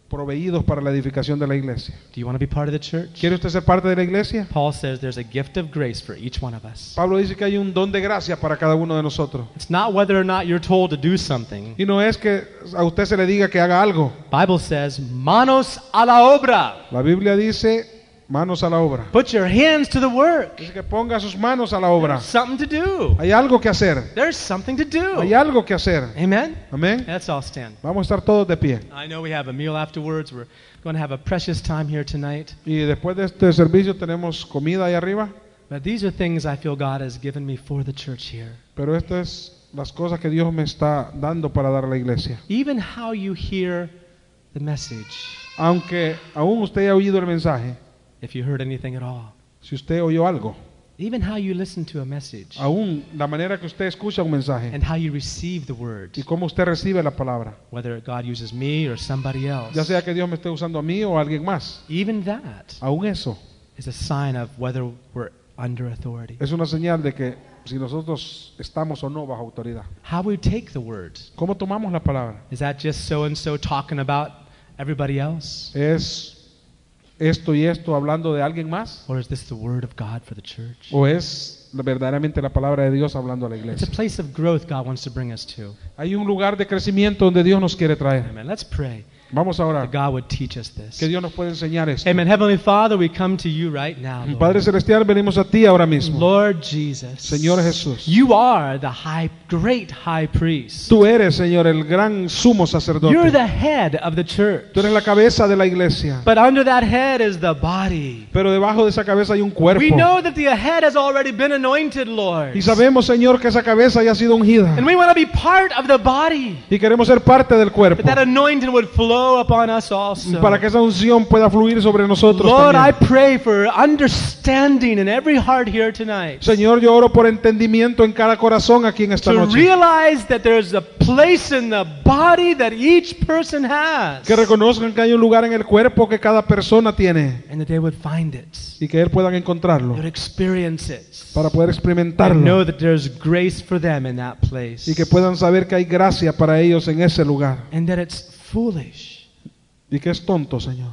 Speaker 2: proveídos para la edificación de la iglesia.
Speaker 1: Do you want to be part of the church?
Speaker 2: ¿Quiere usted ser parte de la iglesia?
Speaker 1: Paul says there's a gift of grace for each one of us.
Speaker 2: Pablo dice que hay un don de gracia para cada uno de nosotros.
Speaker 1: It's not whether or not you're told to do something.
Speaker 2: Y no es que a usted se le diga que haga algo.
Speaker 1: Bible says, manos a la obra.
Speaker 2: La Biblia dice manos a la obra.
Speaker 1: Put your hands to the work.
Speaker 2: Dice que ponga sus manos a la obra.
Speaker 1: Something to do.
Speaker 2: Hay algo que hacer.
Speaker 1: There's something to
Speaker 2: Hay
Speaker 1: do.
Speaker 2: algo que hacer.
Speaker 1: Amen?
Speaker 2: Amén.
Speaker 1: Let's all stand.
Speaker 2: Vamos a estar todos de pie.
Speaker 1: I know we have a meal afterwards. We're going to have a precious time here tonight.
Speaker 2: Y después de este servicio tenemos comida ahí arriba.
Speaker 1: But these are things I feel God has given me for the church here.
Speaker 2: Pero estas es las cosas que Dios me está dando para dar a la iglesia.
Speaker 1: Even how you hear the message,
Speaker 2: Aunque aún usted haya oído el mensaje,
Speaker 1: if you heard anything at all.
Speaker 2: si usted oyó algo,
Speaker 1: Even how you listen to a message
Speaker 2: aún la manera que usted escucha un mensaje
Speaker 1: and how you receive the word,
Speaker 2: y cómo usted recibe la palabra,
Speaker 1: whether God uses me or somebody else.
Speaker 2: ya sea que Dios me esté usando a mí o a alguien más,
Speaker 1: Even that
Speaker 2: aún eso
Speaker 1: is a sign of whether we're under authority.
Speaker 2: es una señal de que si nosotros estamos o no bajo autoridad.
Speaker 1: How we take the word.
Speaker 2: ¿Cómo tomamos la palabra?
Speaker 1: Is that just so and so talking about everybody else?
Speaker 2: ¿Es esto y esto hablando de alguien más?
Speaker 1: Or is this the word of God for the church?
Speaker 2: ¿O es verdaderamente la palabra de Dios hablando a la
Speaker 1: It's a
Speaker 2: iglesia?
Speaker 1: place of growth God wants to bring us to.
Speaker 2: Hay un lugar de crecimiento donde Dios nos quiere traer.
Speaker 1: Amen. Let's pray
Speaker 2: Vamos a
Speaker 1: that
Speaker 2: orar.
Speaker 1: God would teach us this.
Speaker 2: Que Dios nos puede enseñar esto.
Speaker 1: Amen. Heavenly Father, we come to you right now.
Speaker 2: Mm, Padre
Speaker 1: Lord,
Speaker 2: Celestial, venimos a ti ahora mismo.
Speaker 1: Lord Jesus.
Speaker 2: Señor Jesús.
Speaker 1: You are the high, great high priest.
Speaker 2: Tú eres, Señor, el gran sumo
Speaker 1: You're
Speaker 2: sacerdote.
Speaker 1: the head of the church.
Speaker 2: Tú eres la cabeza de la iglesia.
Speaker 1: But under that head is the body.
Speaker 2: Pero debajo de esa cabeza hay un
Speaker 1: We
Speaker 2: cuerpo.
Speaker 1: know that the head has already been anointed, Lord.
Speaker 2: Y sabemos, Señor, que esa cabeza ya ha sido ungida.
Speaker 1: And we want to be part of the body.
Speaker 2: Y queremos ser parte del cuerpo.
Speaker 1: That that anointing would flow upon us also.
Speaker 2: Para que esa unción pueda fluir sobre nosotros.
Speaker 1: Lord, I
Speaker 2: también.
Speaker 1: pray for understanding in every heart here tonight.
Speaker 2: Señor, yo oro por entendimiento en cada corazón aquí en esta
Speaker 1: To
Speaker 2: noche.
Speaker 1: realize that there's a place in the body that each person has.
Speaker 2: Que reconozcan que hay un lugar en el cuerpo que cada persona tiene
Speaker 1: And that they would find it.
Speaker 2: y que Él puedan
Speaker 1: They
Speaker 2: encontrarlo
Speaker 1: would experience it.
Speaker 2: para poder
Speaker 1: And know
Speaker 2: experimentarlo
Speaker 1: that there's grace for them in that place.
Speaker 2: y que puedan saber que hay gracia para ellos en ese lugar
Speaker 1: And that it's foolish
Speaker 2: y que es tonto, Señor,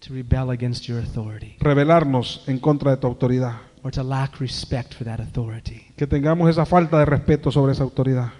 Speaker 1: to rebel against your authority
Speaker 2: rebelarnos en contra de tu autoridad.
Speaker 1: or to lack respect for that authority.
Speaker 2: Que tengamos esa falta de respeto sobre esa autoridad.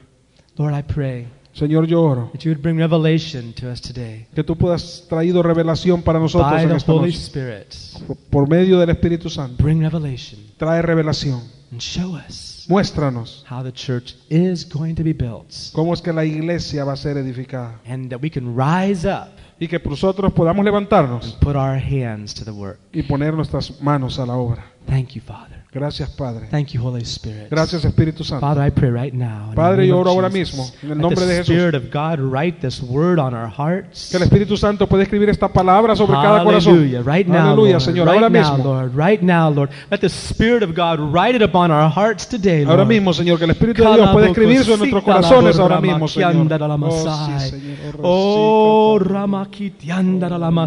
Speaker 1: Lord, I pray
Speaker 2: Señor, yo oro
Speaker 1: that you would bring revelation to us today
Speaker 2: que tú puedas traído revelación para nosotros
Speaker 1: by
Speaker 2: en
Speaker 1: the
Speaker 2: esta
Speaker 1: Holy
Speaker 2: noche
Speaker 1: Spirit.
Speaker 2: por medio del Espíritu Santo.
Speaker 1: Bring revelation
Speaker 2: Trae revelación,
Speaker 1: and show us
Speaker 2: muéstranos
Speaker 1: how the church is going to be built
Speaker 2: cómo es que la iglesia va a ser edificada
Speaker 1: and that we can rise up
Speaker 2: y que nosotros podamos levantarnos
Speaker 1: and put our hands to the work.
Speaker 2: y poner nuestras manos a la obra.
Speaker 1: Thank you, Father.
Speaker 2: Gracias, Padre.
Speaker 1: Thank you, Holy Spirit.
Speaker 2: Gracias, Espíritu Santo.
Speaker 1: Father, I pray right now. in the
Speaker 2: Padre,
Speaker 1: name
Speaker 2: yo
Speaker 1: of
Speaker 2: oro ahora
Speaker 1: Jesus,
Speaker 2: mismo, en el
Speaker 1: let
Speaker 2: nombre
Speaker 1: the
Speaker 2: de Jesús.
Speaker 1: Spirit of God write this word on our hearts.
Speaker 2: Que el Espíritu Santo puede escribir esta palabra sobre cada corazón.
Speaker 1: Hallelujah. Right now,
Speaker 2: Aleluya,
Speaker 1: Lord.
Speaker 2: Señor.
Speaker 1: right
Speaker 2: Ahora
Speaker 1: now,
Speaker 2: mismo.
Speaker 1: Lord. Right now, Lord. Let the Spirit of God write it upon our hearts today, Lord.
Speaker 2: Ahora mismo, Señor, que el Espíritu de Dios puede escribir sobre nuestros corazones ahora mismo, Señor. Oh, sí, Señor.
Speaker 1: Oh,
Speaker 2: Oh,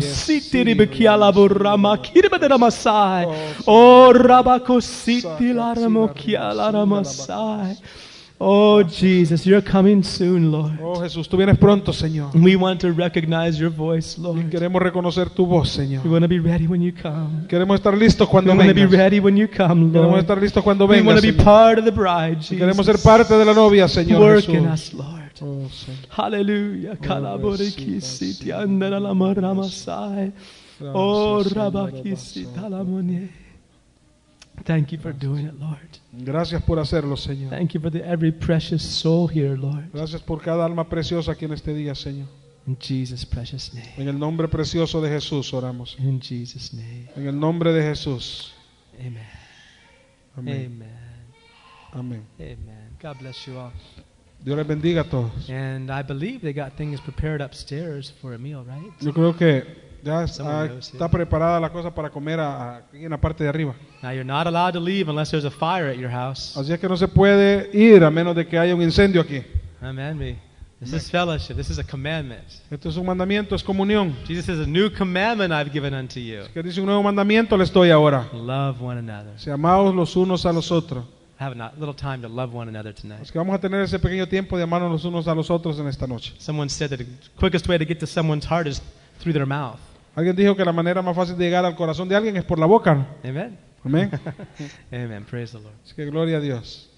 Speaker 2: sí, Oh,
Speaker 1: Ramakitiandalamasidiribikialaburamakidibadedamasai. Oh, Rabakositilaramakialaramasai. Oh, Jesus, you're coming soon, Lord.
Speaker 2: Oh, Jesús, tú vienes pronto, Señor.
Speaker 1: We want to recognize your voice, Lord.
Speaker 2: Queremos reconocer tu voz,
Speaker 1: We
Speaker 2: Señor.
Speaker 1: want to be ready when you come.
Speaker 2: Queremos estar listos
Speaker 1: We
Speaker 2: cuando
Speaker 1: want to be
Speaker 2: vengas.
Speaker 1: ready when you come,
Speaker 2: Queremos
Speaker 1: Lord.
Speaker 2: estar listos cuando
Speaker 1: We want
Speaker 2: vengas.
Speaker 1: to be
Speaker 2: Señor.
Speaker 1: part of the bride,
Speaker 2: Queremos
Speaker 1: Jesus.
Speaker 2: ser parte de la novia, Señor
Speaker 1: Work in us,
Speaker 2: Jesús.
Speaker 1: Lord.
Speaker 2: Oh, Señor.
Speaker 1: Hallelujah. Kalaboriki siti andalalamoramasai.
Speaker 2: Gracias,
Speaker 1: Oh,
Speaker 2: Señor.
Speaker 1: rabakisi talamonie. Thank you for doing it, Lord.
Speaker 2: Gracias por hacerlo, Señor.
Speaker 1: Thank you for the, every precious soul here, Lord.
Speaker 2: Gracias por cada alma preciosa aquí en este día, Señor.
Speaker 1: In Jesus' precious name.
Speaker 2: En el nombre precioso de Jesús oramos.
Speaker 1: In Jesus' name.
Speaker 2: En el nombre de Jesús.
Speaker 1: Amen.
Speaker 2: Amén.
Speaker 1: Amen.
Speaker 2: Amén.
Speaker 1: Amen. God bless you all.
Speaker 2: Dios les bendiga a todos.
Speaker 1: And I believe they got things prepared upstairs for a meal, right?
Speaker 2: Yo creo que ya está, está preparada la cosa para comer a- a- aquí en la parte de arriba.
Speaker 1: Now you're not allowed to leave unless there's a fire at your house.
Speaker 2: Así es que no se puede ir a menos de que haya un incendio aquí.
Speaker 1: Amen. We- This is fellowship. This is a commandment.
Speaker 2: Esto es un mandamiento, es comunión.
Speaker 1: Jesus says, "A new commandment I've given unto you:
Speaker 2: Que dice un nuevo mandamiento les doy ahora.
Speaker 1: love one another."
Speaker 2: Se amados los unos a los otros.
Speaker 1: have a little time to love one another tonight.
Speaker 2: Así que vamos a tener ese pequeño tiempo de amarnos los unos a los otros en esta noche.
Speaker 1: Someone said that the quickest way to get to someone's heart is through their mouth.
Speaker 2: Alguien dijo que la manera más fácil de llegar al corazón de alguien es por la boca.
Speaker 1: Amen?
Speaker 2: Amén.
Speaker 1: Amen. Praise the Lord.
Speaker 2: Así que gloria a Dios.